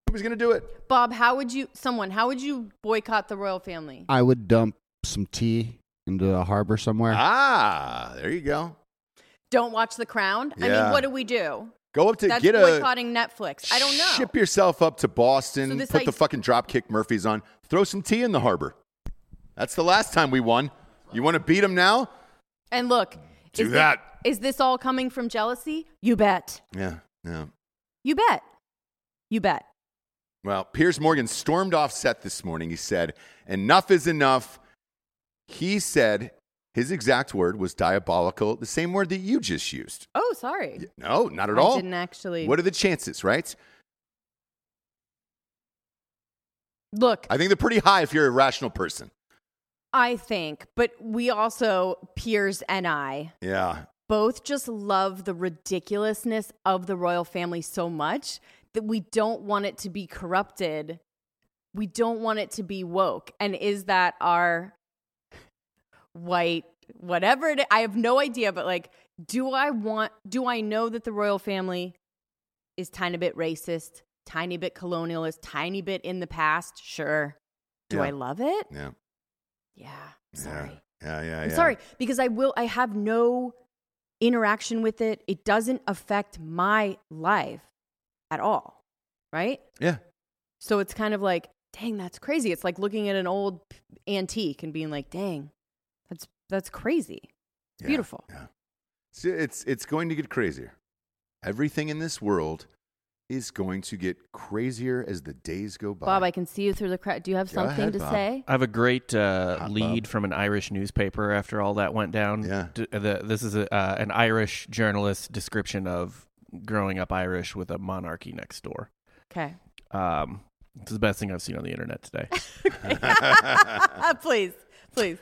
[SPEAKER 1] Nobody's gonna do it.
[SPEAKER 3] Bob, how would you? Someone, how would you boycott the royal family?
[SPEAKER 6] I would dump some tea into the harbor somewhere.
[SPEAKER 1] Ah, there you go.
[SPEAKER 3] don't watch The Crown. I
[SPEAKER 1] Yeah.
[SPEAKER 3] mean, what do we do?
[SPEAKER 1] Go up to
[SPEAKER 3] That's
[SPEAKER 1] get a.
[SPEAKER 3] boycotting Netflix. I don't know.
[SPEAKER 1] Ship yourself up to
[SPEAKER 3] So
[SPEAKER 1] Boston.
[SPEAKER 3] this
[SPEAKER 1] put the
[SPEAKER 3] idea-
[SPEAKER 1] fucking dropkick Murphys on. Throw some tea in the harbor. That's the last time we won. You want to beat them now?
[SPEAKER 3] and look,
[SPEAKER 1] Do
[SPEAKER 3] is thi-
[SPEAKER 1] that.
[SPEAKER 3] is this all coming from jealousy? You bet.
[SPEAKER 1] Yeah, yeah.
[SPEAKER 3] You bet. You bet.
[SPEAKER 1] Well, Piers Morgan stormed off set this morning. He said, Enough is enough. He said his exact word was diabolical, the same word that you just used.
[SPEAKER 3] Oh, sorry.
[SPEAKER 1] No, not at
[SPEAKER 3] I
[SPEAKER 1] all.
[SPEAKER 3] didn't actually.
[SPEAKER 1] What are the chances, right?
[SPEAKER 3] look,
[SPEAKER 1] I think they're pretty high if you're a rational person.
[SPEAKER 3] I think, but we also, Piers and I,
[SPEAKER 1] Yeah.
[SPEAKER 3] both just love the ridiculousness of the royal family so much that we don't want it to be corrupted. We don't want it to be woke. And is that our white whatever it I have no idea, but like do I want do I know that the royal family is tiny bit racist, tiny bit colonialist, tiny bit in the past? Sure. Do
[SPEAKER 1] Yeah.
[SPEAKER 3] I love it?
[SPEAKER 1] Yeah.
[SPEAKER 3] Yeah. Sorry.
[SPEAKER 1] Yeah. Yeah. yeah,
[SPEAKER 3] I'm
[SPEAKER 1] yeah.
[SPEAKER 3] sorry because I will. I have no interaction with it. It doesn't affect my life at all, right?
[SPEAKER 1] Yeah.
[SPEAKER 3] So it's kind of like, dang, that's crazy. It's like looking at an old antique and being like, dang, that's that's crazy. It's
[SPEAKER 1] Yeah,
[SPEAKER 3] beautiful.
[SPEAKER 1] Yeah. It's, it's, it's going to get crazier. Everything in this world is going to get crazier as the days go by.
[SPEAKER 5] Bob, I can see you through the crowd. Do you have
[SPEAKER 1] Go
[SPEAKER 5] something
[SPEAKER 1] ahead,
[SPEAKER 5] to
[SPEAKER 1] Bob.
[SPEAKER 5] say?
[SPEAKER 4] I have a great uh,
[SPEAKER 1] Hot
[SPEAKER 4] lead
[SPEAKER 1] Bob.
[SPEAKER 4] from an Irish newspaper after all that went down.
[SPEAKER 1] Yeah.
[SPEAKER 4] D- the, this is a, uh, an Irish journalist description of growing up Irish with a monarchy next door.
[SPEAKER 3] Okay.
[SPEAKER 4] Um, it's the best thing I've seen on the internet today.
[SPEAKER 3] please, please.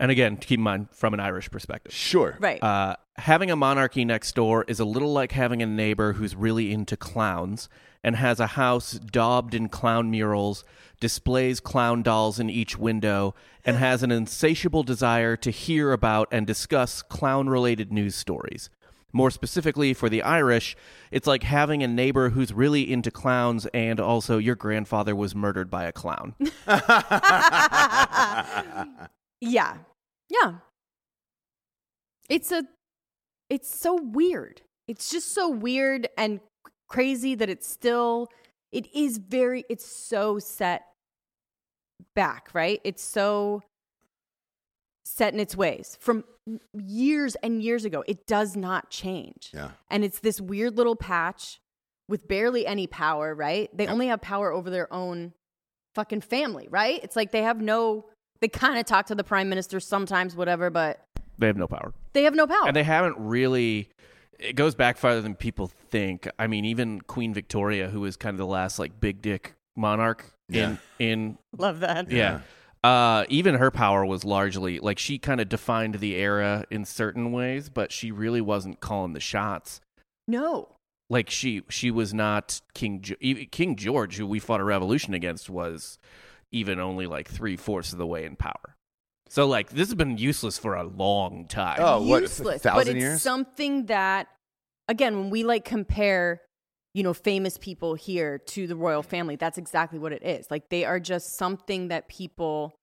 [SPEAKER 4] and again, to keep in mind, from an Irish perspective.
[SPEAKER 1] sure.
[SPEAKER 3] Right.
[SPEAKER 4] Uh, having a monarchy next door is a little like having a neighbor who's really into clowns and has a house daubed in clown murals, displays clown dolls in each window, and has an insatiable desire to hear about and discuss clown related news stories. More specifically, for the Irish, it's like having a neighbor who's really into clowns and also your grandfather was murdered by a clown.
[SPEAKER 3] yeah.
[SPEAKER 5] Yeah. It's a it's so weird.
[SPEAKER 3] It's just so weird and crazy that it's still it is very it's so set back, right? It's so set in its ways from years and years ago. It does not change.
[SPEAKER 1] Yeah.
[SPEAKER 3] And it's this weird little patch with barely any power, right? They only have power over their own fucking family, right? It's like they have no they kind of talk to the prime minister sometimes whatever, but
[SPEAKER 4] they have no power.
[SPEAKER 3] they have no power.
[SPEAKER 4] and they haven't really it goes back farther than people think i mean even queen victoria who was kind of the last like big dick monarch in in
[SPEAKER 3] Love that.
[SPEAKER 4] yeah, Uh, even her power was largely like she kind of defined the era in certain ways but she really wasn't calling the shots
[SPEAKER 3] No.
[SPEAKER 4] like she she was not king Ge- e- king george who we fought a revolution against was even only like three-fourths of the way in power so like this has been useless for a long time
[SPEAKER 1] Oh, what? a
[SPEAKER 3] useless, but
[SPEAKER 1] thousand
[SPEAKER 3] it's
[SPEAKER 1] years?
[SPEAKER 3] something that again, when we like compare, you know, famous people here to the royal family, that's exactly what it is. Like they are just something that people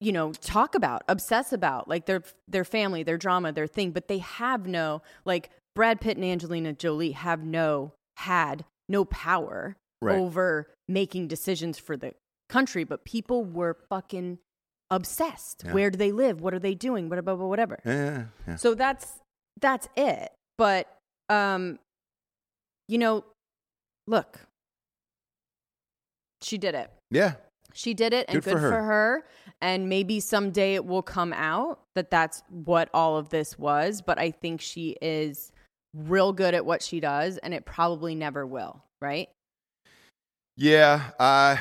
[SPEAKER 3] you know talk about obsess about like their their family their drama their thing but they have no like brad pitt and angelina jolie have no had no power
[SPEAKER 1] Right.
[SPEAKER 3] over making decisions for the country but people were fucking obsessed
[SPEAKER 1] Yeah.
[SPEAKER 3] where do they live what are they doing what about whatever
[SPEAKER 1] yeah, yeah.
[SPEAKER 3] so that's that's it but um you know look she did it
[SPEAKER 1] Yeah.
[SPEAKER 3] she did it and
[SPEAKER 1] Good
[SPEAKER 3] good,
[SPEAKER 1] for her.
[SPEAKER 3] for her and maybe someday it will come out that that's what all of this was but i think she is real good at what she does and it probably never will right
[SPEAKER 1] Yeah, I,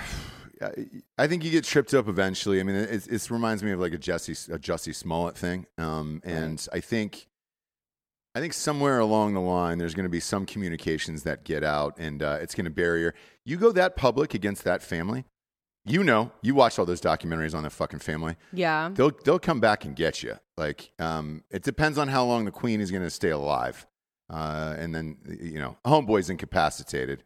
[SPEAKER 1] I think you get tripped up eventually. I mean, it, it reminds me of like a Jesse a Jesse Smollett thing, um, and I think, I think somewhere along the line, there's going to be some communications that get out, and uh, it's going to barrier. You go that public against that family, you know. You watch all those documentaries on that fucking family.
[SPEAKER 3] yeah
[SPEAKER 1] They'll they'll come back and get you. Like, um, it depends on how long the queen is going to stay alive, uh, and then you know, homeboy's incapacitated.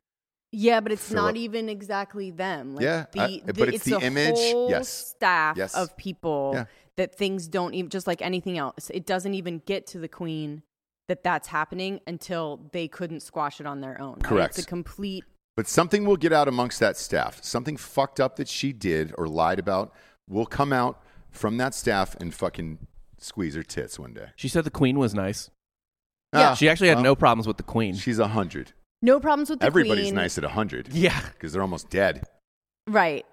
[SPEAKER 3] yeah but it's
[SPEAKER 1] Philip.
[SPEAKER 3] not even exactly them like
[SPEAKER 1] Yeah,
[SPEAKER 3] the,
[SPEAKER 1] I-
[SPEAKER 3] the-
[SPEAKER 1] but it's the
[SPEAKER 3] a
[SPEAKER 1] image.
[SPEAKER 3] whole
[SPEAKER 1] Yes.
[SPEAKER 3] staff
[SPEAKER 1] Yes.
[SPEAKER 3] of people
[SPEAKER 1] Yeah.
[SPEAKER 3] that things don't even just like anything else it doesn't even get to the queen that that's happening until they couldn't squash it on their own right?
[SPEAKER 1] Correct.
[SPEAKER 3] it's a complete
[SPEAKER 1] But something will get out amongst that staff. Something fucked up that she did or lied about will come out from that staff and fucking squeeze her tits one day.
[SPEAKER 4] she said the queen was nice
[SPEAKER 1] Yeah.
[SPEAKER 4] She actually had no problems with the queen.
[SPEAKER 1] She's a 100.
[SPEAKER 3] no problems with the
[SPEAKER 1] Everybody's
[SPEAKER 3] queen.
[SPEAKER 1] nice at a 100
[SPEAKER 4] yeah.
[SPEAKER 1] because they're almost dead.
[SPEAKER 3] right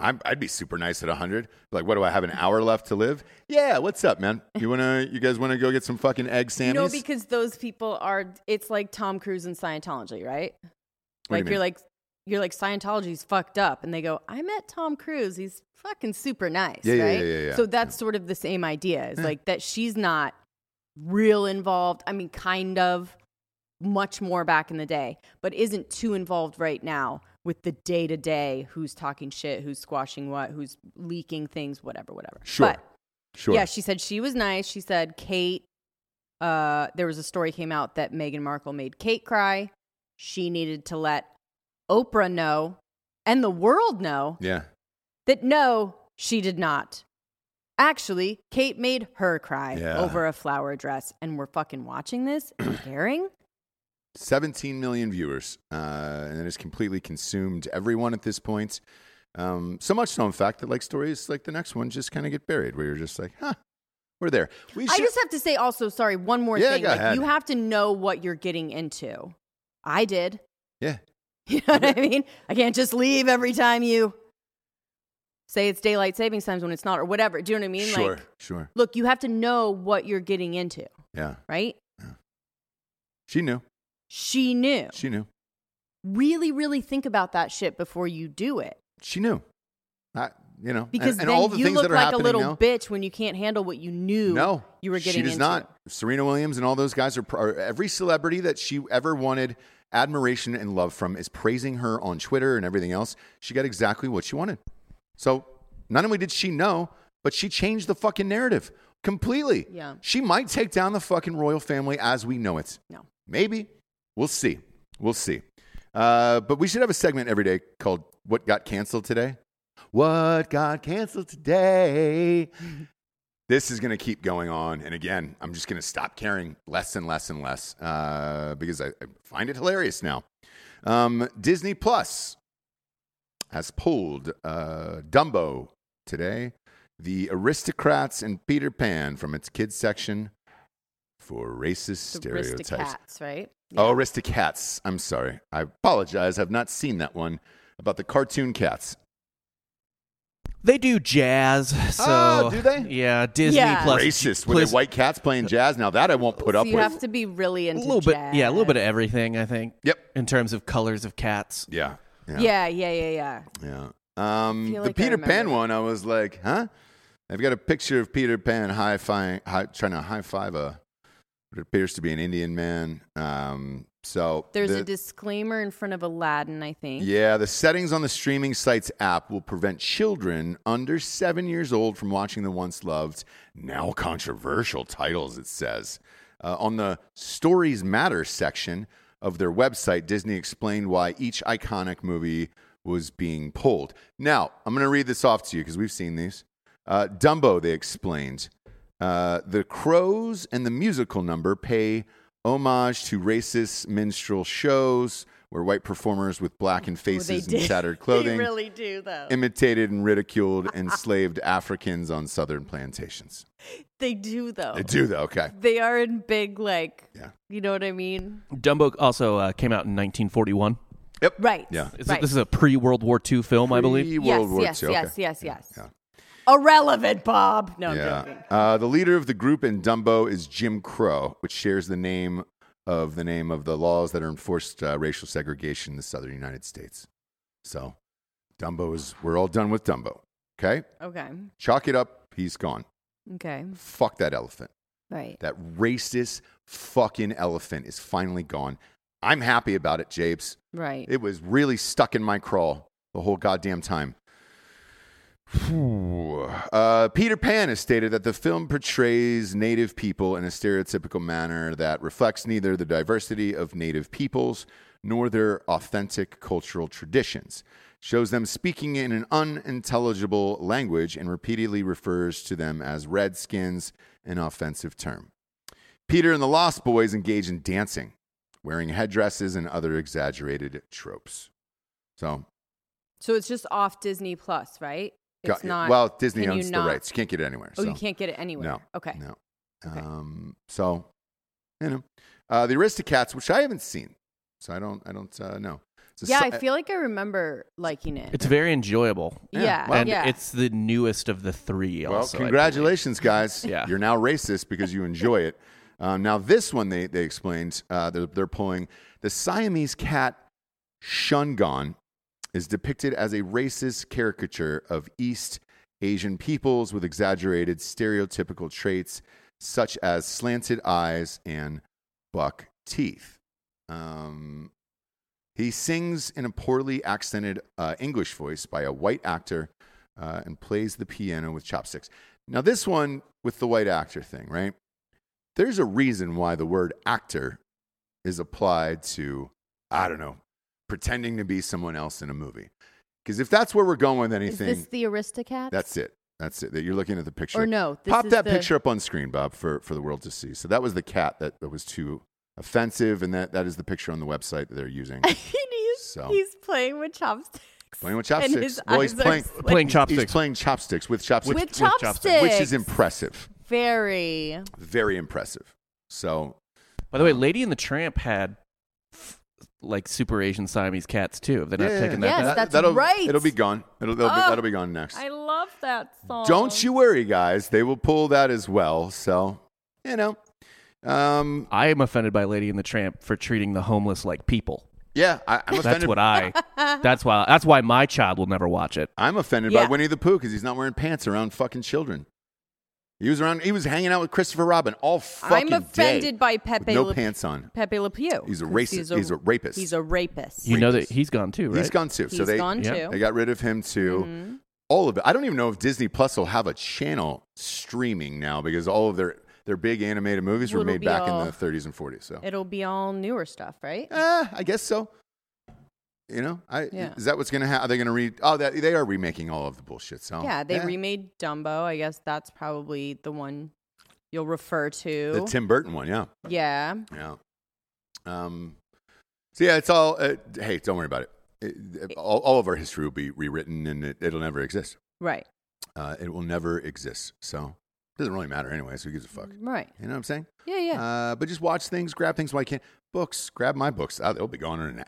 [SPEAKER 1] I'm, I'd be super nice at a 100. Like, what do I have an hour left to live? Yeah, what's up, man? You wanna? You guys wanna go get some fucking egg
[SPEAKER 3] You
[SPEAKER 1] sandies?
[SPEAKER 3] No, because those people are. It's like Tom Cruise in Scientology, right?
[SPEAKER 1] What do you
[SPEAKER 3] like
[SPEAKER 1] mean?
[SPEAKER 3] are like you're like Scientology's fucked up, and they go, "I met Tom Cruise. He's fucking super nice."
[SPEAKER 1] Yeah, yeah,
[SPEAKER 3] right?
[SPEAKER 1] yeah, yeah, yeah.
[SPEAKER 3] So that's sort of the same idea. Is like that she's not real involved. I mean, kind of much more back in the day, but isn't too involved right now with the day to day. Who's talking shit? Who's squashing what? Who's leaking things? Whatever, whatever.
[SPEAKER 1] Sure.
[SPEAKER 3] But
[SPEAKER 1] sure.
[SPEAKER 3] yeah, she said she was nice. She said Kate. Uh, there was a story came out that Meghan Markle made Kate cry. She needed to let Oprah know and the world know
[SPEAKER 1] yeah.
[SPEAKER 3] that no, she did not. Actually, Kate made her cry
[SPEAKER 1] Yeah.
[SPEAKER 3] over a flower dress, and we're fucking watching this and caring.
[SPEAKER 1] 17 million viewers, uh, and it has completely consumed everyone at this point. Um, so much so, in fact, that like stories like the next one just kind of get buried, where you're just like, huh, we're there. We
[SPEAKER 3] I just have to say also, sorry, one more
[SPEAKER 1] Yeah,
[SPEAKER 3] thing.
[SPEAKER 1] go
[SPEAKER 3] Like,
[SPEAKER 1] ahead.
[SPEAKER 3] you have to know what you're getting into. I did.
[SPEAKER 1] Yeah.
[SPEAKER 3] You know what I mean? I can't just leave every time you say it's daylight savings times when it's not or whatever. Do you know what I mean?
[SPEAKER 1] sure,
[SPEAKER 3] Like,
[SPEAKER 1] sure.
[SPEAKER 3] look, you have to know what you're getting into,
[SPEAKER 1] Yeah.
[SPEAKER 3] right?
[SPEAKER 1] She knew.
[SPEAKER 3] She knew.
[SPEAKER 1] She knew.
[SPEAKER 3] really, really think about that shit before you do it.
[SPEAKER 1] She knew. I, you know, and-
[SPEAKER 3] Because
[SPEAKER 1] and,
[SPEAKER 3] then
[SPEAKER 1] all the
[SPEAKER 3] you
[SPEAKER 1] things
[SPEAKER 3] look
[SPEAKER 1] that are
[SPEAKER 3] like a
[SPEAKER 1] happening
[SPEAKER 3] little
[SPEAKER 1] now.
[SPEAKER 3] bitch when you can't handle what you knew
[SPEAKER 1] no,
[SPEAKER 3] you were getting
[SPEAKER 1] She does
[SPEAKER 3] into.
[SPEAKER 1] not. Serena Williams and all those guys are, pr- are every celebrity that she ever wanted admiration and love from is praising her on Twitter and everything else. She got exactly what she wanted. So not only did she know, but she changed the fucking narrative completely.
[SPEAKER 3] Yeah.
[SPEAKER 1] She might take down the fucking royal family as we know it.
[SPEAKER 3] No.
[SPEAKER 1] Maybe. We'll see. We'll see. Uh, but we should have a segment every day called What Got Canceled Today. What got canceled today? this is going to keep going on. And again, I'm just going to stop caring less and less and less uh, because I, I find it hilarious now. Um, Disney Plus has pulled uh, Dumbo today, the aristocrats and Peter Pan from its kids section for racist
[SPEAKER 3] The
[SPEAKER 1] stereotypes.
[SPEAKER 3] Aristocats, right?
[SPEAKER 1] Oh, Aristocats. I'm sorry. I apologize. I've not seen that one about the cartoon cats.
[SPEAKER 4] They do jazz. So
[SPEAKER 1] Oh, do they?
[SPEAKER 4] Yeah, Disney
[SPEAKER 3] Yeah.
[SPEAKER 4] plus
[SPEAKER 1] Racist with
[SPEAKER 4] plus
[SPEAKER 1] the white cats playing jazz. Now that I won't put
[SPEAKER 3] So
[SPEAKER 1] up
[SPEAKER 3] you
[SPEAKER 1] with.
[SPEAKER 3] have to be really
[SPEAKER 4] A
[SPEAKER 3] into
[SPEAKER 4] little bit, yeah, a little bit of
[SPEAKER 3] jazz.
[SPEAKER 4] everything. I think.
[SPEAKER 1] Yep.
[SPEAKER 4] In terms of colors of cats,
[SPEAKER 1] yeah. Yeah.
[SPEAKER 3] Yeah, yeah, yeah, yeah.
[SPEAKER 1] Yeah. Um,
[SPEAKER 3] feel
[SPEAKER 1] the
[SPEAKER 3] like I
[SPEAKER 1] Peter
[SPEAKER 3] remember
[SPEAKER 1] Pan
[SPEAKER 3] that.
[SPEAKER 1] one, I was like, huh? I've got a picture of Peter Pan high fi- high, trying to high five a what appears to be an Indian man. Um, so
[SPEAKER 3] There's
[SPEAKER 1] the-
[SPEAKER 3] a disclaimer in front of Aladdin, I think.
[SPEAKER 1] Yeah, the settings on the streaming site's app will prevent children under seven years old from watching the once loved, now controversial titles, it says. Uh, on the Stories Matter section of their website, Disney explained why each iconic movie was being pulled. Now, I'm going to read this off to you because we've seen these. Uh, Dumbo, they explained. Uh, the Crows and the musical number pay homage to racist minstrel shows where white performers with blackened faces and tattered clothing
[SPEAKER 3] do, though.
[SPEAKER 1] imitated and ridiculed enslaved Africans on southern plantations.
[SPEAKER 3] They do, though.
[SPEAKER 1] They do, though. Okay.
[SPEAKER 3] They are in big, like,
[SPEAKER 1] Yeah.
[SPEAKER 3] you know what I mean?
[SPEAKER 4] Dumbo also uh, came out in 1941.
[SPEAKER 3] Right.
[SPEAKER 1] Yeah.
[SPEAKER 4] Is it,
[SPEAKER 3] Right.
[SPEAKER 4] this is a pre World War II film, I believe.
[SPEAKER 1] Pre-World
[SPEAKER 3] yes,
[SPEAKER 1] War
[SPEAKER 3] yes,
[SPEAKER 1] II, okay.
[SPEAKER 3] yes, yes, yes.
[SPEAKER 1] yeah.
[SPEAKER 3] Irrelevant, Bob. No, I'm joking.
[SPEAKER 1] Yeah. Uh, the leader of the group in Dumbo is Jim Crow, which shares the name of the name of the laws that are enforced uh, racial segregation in the southern United States. So, Dumbo is, we're all done with Dumbo. Okay.
[SPEAKER 3] Okay.
[SPEAKER 1] Chalk it up. He's gone.
[SPEAKER 3] Okay.
[SPEAKER 1] Fuck that elephant.
[SPEAKER 3] Right.
[SPEAKER 1] That racist fucking elephant is finally gone. I'm happy about it, Japes.
[SPEAKER 3] Right.
[SPEAKER 1] It was really stuck in my crawl the whole goddamn time. Uh, Peter Pan has stated that the film portrays Native people in a stereotypical manner that reflects neither the diversity of Native peoples nor their authentic cultural traditions. Shows them speaking in an unintelligible language and repeatedly refers to them as redskins, an offensive term. Peter and the Lost Boys engage in dancing, wearing headdresses and other exaggerated tropes. So,
[SPEAKER 3] So it's just off Disney Plus, right?
[SPEAKER 1] got-
[SPEAKER 3] It's not.
[SPEAKER 1] well, Disney
[SPEAKER 3] can you
[SPEAKER 1] owns the
[SPEAKER 3] not-
[SPEAKER 1] rights. You can't get it anywhere.
[SPEAKER 3] Oh,
[SPEAKER 1] so.
[SPEAKER 3] you can't get it anywhere.
[SPEAKER 1] No.
[SPEAKER 3] Okay.
[SPEAKER 1] No.
[SPEAKER 3] Okay.
[SPEAKER 1] Um, so, you know, uh, the Aristocats, which I haven't seen, so I don't, I don't uh, know. It's a
[SPEAKER 3] Yeah,
[SPEAKER 1] si-
[SPEAKER 3] I feel like I remember liking it.
[SPEAKER 4] It's very enjoyable,
[SPEAKER 1] yeah,
[SPEAKER 3] yeah.
[SPEAKER 1] wow.
[SPEAKER 4] and
[SPEAKER 3] yeah.
[SPEAKER 4] it's the newest of the three.
[SPEAKER 1] Well,
[SPEAKER 4] also, I
[SPEAKER 1] congratulations, guys.
[SPEAKER 4] Yeah.
[SPEAKER 1] You're now racist because you enjoy it. Um, now, this one they, they explained uh, they're, they're pulling the Siamese cat Shungon is depicted as a racist caricature of East Asian peoples with exaggerated stereotypical traits such as slanted eyes and buck teeth. Um, he sings in a poorly accented uh, English voice by a white actor uh, and plays the piano with chopsticks. Now, this one with the white actor thing, right? There's a reason why the word actor is applied to, I don't know, pretending to be someone else in a movie. Because if that's where we're going with
[SPEAKER 3] Is
[SPEAKER 1] anything,
[SPEAKER 3] this the Aristocats?
[SPEAKER 1] that's it. That's it. That you're looking at the picture.
[SPEAKER 3] Or no? This
[SPEAKER 1] Pop
[SPEAKER 3] is
[SPEAKER 1] that
[SPEAKER 3] the-
[SPEAKER 1] picture up on screen, Bob, for, for the world to see. So that was the cat that, that was too offensive, and that, that is the picture on the website that they're using.
[SPEAKER 3] I mean, he's,
[SPEAKER 1] So.
[SPEAKER 3] he's playing with chopsticks.
[SPEAKER 1] playing with
[SPEAKER 3] And
[SPEAKER 1] chopsticks.
[SPEAKER 3] his
[SPEAKER 1] well, he's
[SPEAKER 3] eyes are
[SPEAKER 1] playing,
[SPEAKER 3] slit.
[SPEAKER 4] believe. playing
[SPEAKER 1] he's
[SPEAKER 4] chopsticks.
[SPEAKER 1] playing chopsticks with chopsticks,
[SPEAKER 3] with,
[SPEAKER 4] with chopsticks,
[SPEAKER 3] chopsticks,
[SPEAKER 1] which is impressive.
[SPEAKER 3] Very.
[SPEAKER 1] Very impressive. So
[SPEAKER 4] By the way, Lady and the Tramp had f- like super Asian Siamese cats too. If they're not taking that
[SPEAKER 5] Yes,
[SPEAKER 4] back.
[SPEAKER 5] that's
[SPEAKER 1] that'll,
[SPEAKER 5] right.
[SPEAKER 1] It'll be gone. It'll, that'll, be, that'll be gone next.
[SPEAKER 3] I love that song.
[SPEAKER 1] Don't you worry, guys. They will pull that as well. So, you know. Um,
[SPEAKER 4] I am offended by Lady and the Tramp for treating the homeless like people.
[SPEAKER 1] yeah, I, I'm offended.
[SPEAKER 4] That's what I. That's why. That's why my child will never watch it.
[SPEAKER 1] I'm offended
[SPEAKER 3] Yeah.
[SPEAKER 1] by Winnie the Pooh because he's not wearing pants around fucking children. He was around. He was hanging out with Christopher Robin all fucking
[SPEAKER 3] I'm offended
[SPEAKER 1] day
[SPEAKER 3] by
[SPEAKER 1] with
[SPEAKER 3] Pepe
[SPEAKER 1] no
[SPEAKER 3] Le
[SPEAKER 1] pants on.
[SPEAKER 3] Pepe Le Pew.
[SPEAKER 1] He's a
[SPEAKER 3] 'cause
[SPEAKER 1] racist. He's a rapist.
[SPEAKER 3] He's a rapist.
[SPEAKER 4] You know that he's gone too, right?
[SPEAKER 1] He's gone too. so
[SPEAKER 3] He's
[SPEAKER 1] they
[SPEAKER 3] gone
[SPEAKER 4] Yeah.
[SPEAKER 3] too. Mm-hmm.
[SPEAKER 1] they got rid of him too. All of it. I don't even know if Disney Plus will have a channel streaming now because all of their their big animated movies were
[SPEAKER 3] It'll
[SPEAKER 1] made
[SPEAKER 3] be
[SPEAKER 1] back in
[SPEAKER 3] all-
[SPEAKER 1] the 30s and 40s. So
[SPEAKER 3] It'll be all newer stuff, right?
[SPEAKER 1] Ah, I guess so. You know, I
[SPEAKER 3] Yeah.
[SPEAKER 1] is that what's gonna happen? Are they gonna read? Oh, that they are remaking all of the bullshit. So Eh.
[SPEAKER 3] Yeah, they remade Dumbo. I guess that's probably the one you'll refer to.
[SPEAKER 1] the Tim Burton one. Yeah,
[SPEAKER 3] yeah.
[SPEAKER 1] yeah. Um, so yeah, it's all. Uh, hey, don't worry about it. It- all, all of our history will be rewritten, and it, it'll never exist.
[SPEAKER 3] Right.
[SPEAKER 1] Uh, it will never exist. So it doesn't really matter anyway. So who gives a fuck?
[SPEAKER 3] Right.
[SPEAKER 1] You know what I'm saying?
[SPEAKER 3] Yeah, Mm-hmm. yeah.
[SPEAKER 1] Uh, but just watch things, grab things while you can. Books, grab my books. Oh, they'll be gone in an,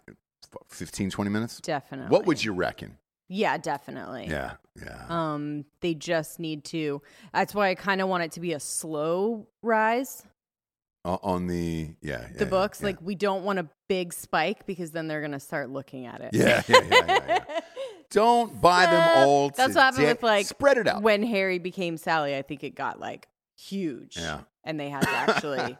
[SPEAKER 1] 15, 20 minutes.
[SPEAKER 3] definitely.
[SPEAKER 1] Uh, What would you reckon?
[SPEAKER 3] Yeah, definitely.
[SPEAKER 1] Yeah, yeah.
[SPEAKER 3] Um, they just need to. That's why I kind of want it to be a slow rise.
[SPEAKER 1] O- on the yeah, yeah
[SPEAKER 3] The
[SPEAKER 1] yeah,
[SPEAKER 3] books,
[SPEAKER 1] yeah.
[SPEAKER 3] like we don't want a big spike because then they're gonna start looking at it.
[SPEAKER 1] yeah, yeah, yeah, yeah, yeah. Don't buy them all.
[SPEAKER 3] That's what happened
[SPEAKER 1] today.
[SPEAKER 3] with like
[SPEAKER 1] spread it out.
[SPEAKER 3] When Harry became Sally, I think it got like huge.
[SPEAKER 1] Yeah.
[SPEAKER 3] And they had to actually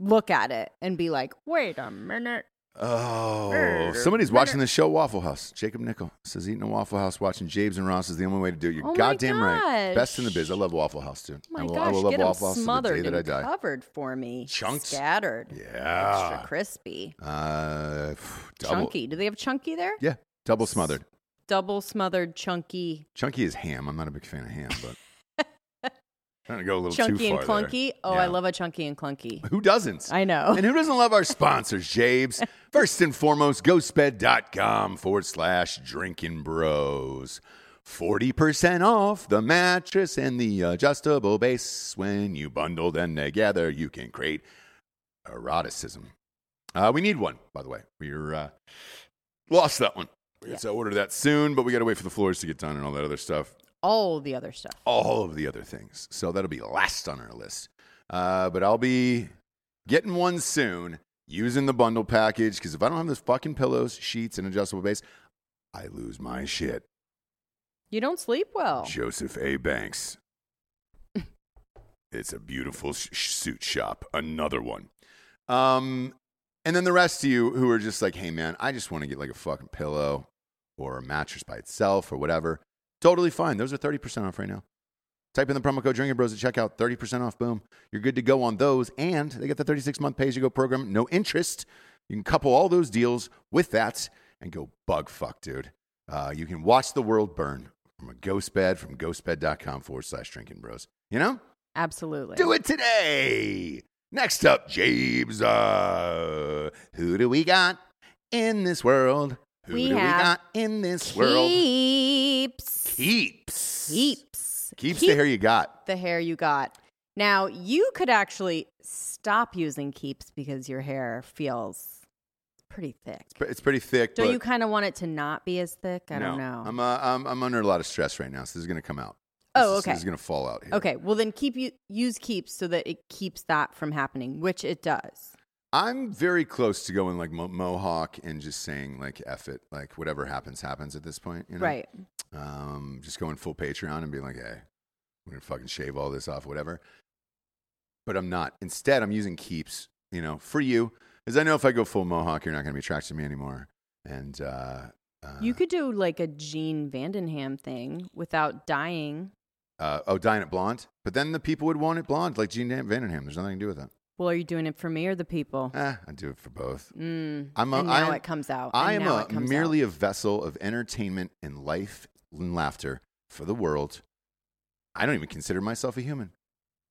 [SPEAKER 3] look at it and be like, wait a minute.
[SPEAKER 1] oh, somebody's watching the show Waffle House. Jacob Nickel says eating a Waffle House, watching James and Ross is the only way to do it. You're
[SPEAKER 3] Oh my
[SPEAKER 1] goddamn right. Best in the
[SPEAKER 3] gosh.
[SPEAKER 1] biz. I love Waffle House, dude.
[SPEAKER 3] Oh my
[SPEAKER 1] I will,
[SPEAKER 3] gosh,
[SPEAKER 1] I will love
[SPEAKER 3] get 'em
[SPEAKER 1] Waffle House to the
[SPEAKER 3] smothered
[SPEAKER 1] day that I
[SPEAKER 3] and
[SPEAKER 1] die.
[SPEAKER 3] covered for me.
[SPEAKER 1] Chunked?
[SPEAKER 3] Scattered.
[SPEAKER 1] Yeah.
[SPEAKER 3] Extra crispy.
[SPEAKER 1] Uh, phew, double,
[SPEAKER 3] Chunky. Do they have chunky there?
[SPEAKER 1] Yeah, double smothered.
[SPEAKER 3] Double smothered, chunky.
[SPEAKER 1] Chunky is ham. I'm not a big fan of ham, but trying to go a little
[SPEAKER 3] Chunky
[SPEAKER 1] too
[SPEAKER 3] and
[SPEAKER 1] far there.
[SPEAKER 3] clunky. Oh, I
[SPEAKER 1] Yeah.
[SPEAKER 3] love a chunky and clunky.
[SPEAKER 1] Who doesn't?
[SPEAKER 3] I know.
[SPEAKER 1] And who doesn't love our sponsors, James? First and foremost, ghostbed.com forward slash drinking bros. 40% off the mattress and the adjustable base. When you bundle them together, you can create eroticism. Uh, we need one, by the way. We're uh, lost that one. We got to order that soon, but we got to wait for the floors to get done and all that other stuff
[SPEAKER 3] All the other stuff.
[SPEAKER 1] all of the other things. So that'll be last on our list. Uh, but I'll be getting one soon using the bundle package because if I don't have those fucking pillows, sheets, and adjustable base, I lose my shit.
[SPEAKER 3] You don't sleep well.
[SPEAKER 1] Joseph A. Banks. it's a beautiful sh- sh- suit shop. Another one. Um, and then the rest of you who are just like, hey, man, I just want to get like a fucking pillow or a mattress by itself or whatever. Totally fine. Those are 30% off right now. Type in the promo code Drinking Bros at checkout, 30% off. Boom. You're good to go on those. And they got the 36 month pay as you go program, no interest. You can couple all those deals with that and go bug fuck, dude. Uh, you can watch the world burn from a ghost bed from ghostbed.com forward slash drinking bros. You know?
[SPEAKER 3] Absolutely.
[SPEAKER 1] Do it today. Next up, James. Uh, who do we got in this world? Who
[SPEAKER 3] We
[SPEAKER 1] do we
[SPEAKER 3] have
[SPEAKER 1] got in this world?
[SPEAKER 3] Keeps.
[SPEAKER 1] Keeps.
[SPEAKER 3] Keeps.
[SPEAKER 1] Keeps
[SPEAKER 3] Keep
[SPEAKER 1] the hair you got.
[SPEAKER 3] the hair you got. Now, you could actually stop using keeps because your hair feels pretty thick.
[SPEAKER 1] Pre- It's pretty thick.
[SPEAKER 3] Don't
[SPEAKER 1] but
[SPEAKER 3] you kind of want it to not be as thick? I don't
[SPEAKER 1] no.
[SPEAKER 3] know.
[SPEAKER 1] I'm, uh, I'm I'm under a lot of stress right now, so this is gonna come out.
[SPEAKER 3] Oh,
[SPEAKER 1] This is-
[SPEAKER 3] okay.
[SPEAKER 1] This is gonna fall out here.
[SPEAKER 3] okay, well then keep you use keeps so that it keeps that from happening, which it does.
[SPEAKER 1] I'm very close to going like mo- mohawk and just saying like F it, like whatever happens happens at this point. You know?
[SPEAKER 3] Right.
[SPEAKER 1] um, just going full Patreon and being like, hey, I'm gonna fucking shave all this off, whatever. But I'm not. Instead, I'm using keeps, you know, for you, because I know if I go full mohawk, you're not gonna be attracted to me anymore. And uh, uh,
[SPEAKER 3] you could do like a Gene Vandenham thing without dying.
[SPEAKER 1] uh, oh, dyeing it blonde, but then the people would want it blonde, like Gene Van- Vandenham. There's nothing to do with it.
[SPEAKER 3] Well, are you doing it for me or the people?
[SPEAKER 1] Eh, I do it for both.
[SPEAKER 3] Mm.
[SPEAKER 1] I'm a-
[SPEAKER 3] and now
[SPEAKER 1] I'm-
[SPEAKER 3] it comes out.
[SPEAKER 1] I
[SPEAKER 3] and
[SPEAKER 1] am
[SPEAKER 3] now
[SPEAKER 1] a,
[SPEAKER 3] it comes
[SPEAKER 1] merely
[SPEAKER 3] out.
[SPEAKER 1] a vessel of entertainment and life and laughter for the world. I don't even consider myself a human.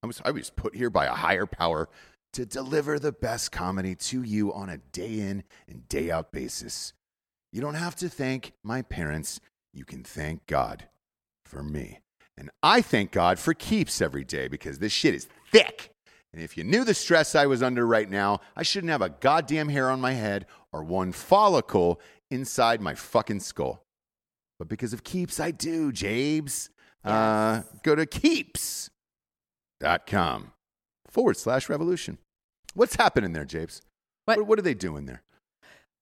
[SPEAKER 1] I was, I was put here by a higher power to deliver the best comedy to you on a day in and day out basis. You don't have to thank my parents. You can thank God for me. And I thank God for keeps every day because this shit is thick And if you knew the stress I was under right now, I shouldn't have a goddamn hair on my head or one follicle inside my fucking skull. But because of Keeps, I do, Jabes. Uh, go to keeps.com forward slash revolution. What's happening there, Jabes?
[SPEAKER 3] What?
[SPEAKER 1] what are they doing there?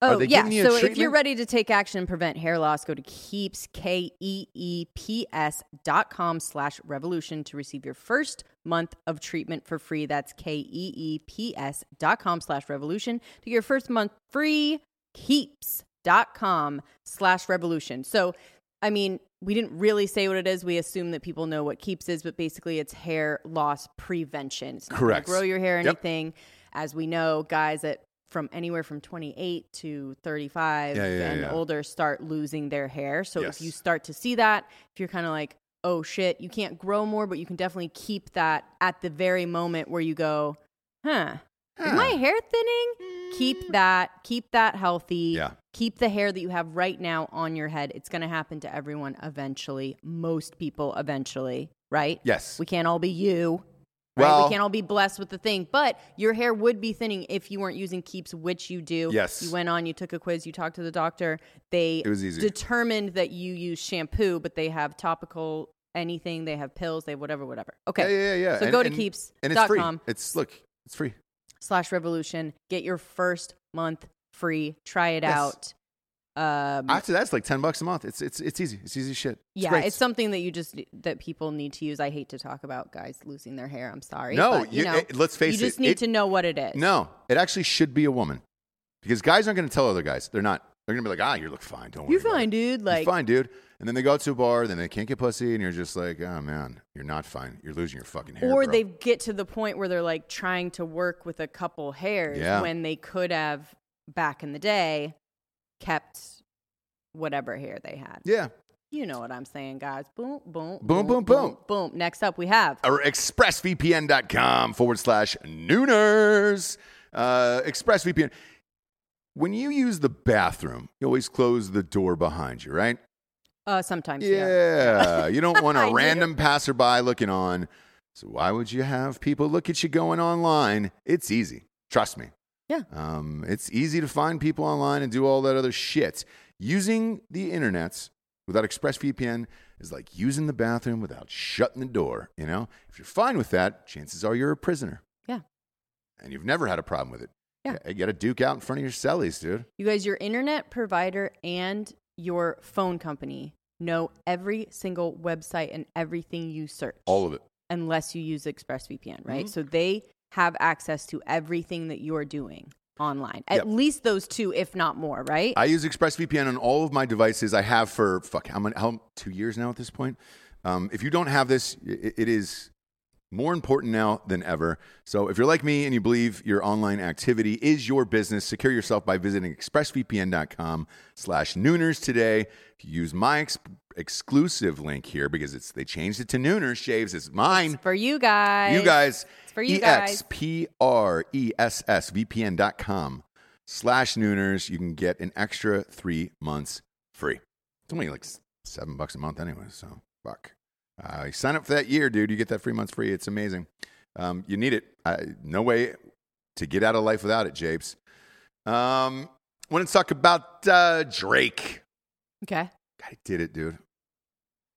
[SPEAKER 1] Are
[SPEAKER 3] Oh,
[SPEAKER 1] they
[SPEAKER 3] yeah.
[SPEAKER 1] giving you a
[SPEAKER 3] So if
[SPEAKER 1] treatment?
[SPEAKER 3] you're ready to take action and prevent hair loss, go to keeps, K E E P S dot com slash revolution to receive your first month of treatment for free. That's K E E P S dot com slash revolution to get your first month free. Keeps dot com slash revolution. So, I mean, we didn't really say what it is. We assume that people know what keeps is, but basically it's hair loss prevention. It's not gonna
[SPEAKER 1] Correct.
[SPEAKER 3] Grow your hair
[SPEAKER 1] Yep.
[SPEAKER 3] anything. As we know, guys at from anywhere from 28 to 35
[SPEAKER 1] Yeah, yeah,
[SPEAKER 3] and
[SPEAKER 1] yeah.
[SPEAKER 3] older start losing their hair. So
[SPEAKER 1] Yes.
[SPEAKER 3] if you start to see that, if you're kind of like, oh shit, you can't grow more, but you can definitely keep that at the very moment where you go, huh,
[SPEAKER 1] Ah,
[SPEAKER 3] is my hair thinning? Keep that, keep that healthy.
[SPEAKER 1] Mm. Yeah.
[SPEAKER 3] Keep the hair that you have right now on your head. It's going to happen to everyone eventually, most people eventually, right?
[SPEAKER 1] Yes.
[SPEAKER 3] We can't all be you. Right?
[SPEAKER 1] Well-
[SPEAKER 3] we can't all be blessed with the thing, but your hair would be thinning if you weren't using keeps, which you do.
[SPEAKER 1] Yes.
[SPEAKER 3] You went on, you took a quiz, you talked to the doctor. They
[SPEAKER 1] It was easy.
[SPEAKER 3] determined that you use shampoo, but they have topical anything, they have pills, they have whatever, whatever. Okay.
[SPEAKER 1] Yeah, yeah, yeah.
[SPEAKER 3] So
[SPEAKER 1] And-
[SPEAKER 3] go to
[SPEAKER 1] and-
[SPEAKER 3] keeps
[SPEAKER 1] And it's
[SPEAKER 3] dot
[SPEAKER 1] free.
[SPEAKER 3] com.
[SPEAKER 1] It's look, it's free.
[SPEAKER 3] slash revolution. Get your first month free. Try it
[SPEAKER 1] Yes.
[SPEAKER 3] out. Um,
[SPEAKER 1] After that, it's like ten bucks a month. It's it's it's easy. It's easy as shit. It's
[SPEAKER 3] yeah,
[SPEAKER 1] great.
[SPEAKER 3] it's something that you just that people need to use. I hate to talk about guys losing their hair. I'm sorry.
[SPEAKER 1] No,
[SPEAKER 3] but, you,
[SPEAKER 1] you-
[SPEAKER 3] know,
[SPEAKER 1] it- let's face
[SPEAKER 3] you
[SPEAKER 1] it,
[SPEAKER 3] just need
[SPEAKER 1] it-
[SPEAKER 3] to know what it is.
[SPEAKER 1] No, it actually should be a woman, because guys aren't going to tell other guys. They're not. They're going to be like, ah, you look fine. Don't worry.
[SPEAKER 3] you're
[SPEAKER 1] about
[SPEAKER 3] fine,
[SPEAKER 1] it.
[SPEAKER 3] dude.
[SPEAKER 1] You're
[SPEAKER 3] Like,
[SPEAKER 1] fine, dude. And then they go out to a bar, then they can't get pussy, and you're just like, oh man, you're not fine. You're losing your fucking hair.
[SPEAKER 3] or
[SPEAKER 1] bro."
[SPEAKER 3] they get to the point where they're like trying to work with a couple hairs
[SPEAKER 1] Yeah.
[SPEAKER 3] when they could have back in the day kept whatever hair they had.
[SPEAKER 1] Yeah.
[SPEAKER 3] You know what I'm saying, guys? Boom, boom,
[SPEAKER 1] Boom, boom,
[SPEAKER 3] boom, boom. Next up, we have
[SPEAKER 1] or expressvpn.com forward slash nooners. Uh, ExpressVPN. When you use the bathroom, you always close the door behind you, right?
[SPEAKER 3] uh, sometimes.
[SPEAKER 1] Yeah. you don't want
[SPEAKER 3] I
[SPEAKER 1] a
[SPEAKER 3] do.
[SPEAKER 1] random passerby looking on. So why would you have people look at you going online? It's easy. Trust me.
[SPEAKER 3] Yeah.
[SPEAKER 1] Um, it's easy to find people online and do all that other shit. Using the internets without ExpressVPN is like using the bathroom without shutting the door, you know? If you're fine with that, chances are you're a prisoner.
[SPEAKER 3] Yeah.
[SPEAKER 1] And you've never had a problem with it.
[SPEAKER 3] Yeah.
[SPEAKER 1] You got to duke out in front of your cellies, dude.
[SPEAKER 3] You guys, your internet provider and your phone company know every single website and everything you search.
[SPEAKER 1] All of it.
[SPEAKER 3] unless you use ExpressVPN,
[SPEAKER 1] Mm-hmm.
[SPEAKER 3] right? So they have access to everything that you're doing online. At
[SPEAKER 1] Yep.
[SPEAKER 3] least those two, if not more, right?
[SPEAKER 1] I use ExpressVPN on all of my devices. I have for fuck how many? How two years now at this point. Um, if you don't have this, i- i it is more important now than ever. So if you're like me and you believe your online activity is your business, secure yourself by visiting expressvpn.com/nooners today. If you use my ex- exclusive link here because it's they changed it to Nooners Shaves. It's mine.
[SPEAKER 3] for you guys.
[SPEAKER 1] You guys. E
[SPEAKER 3] It's for you guys.
[SPEAKER 1] E-X-P-R-E-S-S-V-P-N dot com slash nooners. You can get an extra three months free. It's only like s- seven bucks a month anyway, so fuck. Uh, you sign up for that year, dude. You get that three months free. It's amazing. Um, you need it. I, no way to get out of life without it, Japes. Um, want to talk about uh, Drake.
[SPEAKER 3] Okay.
[SPEAKER 1] I did it, dude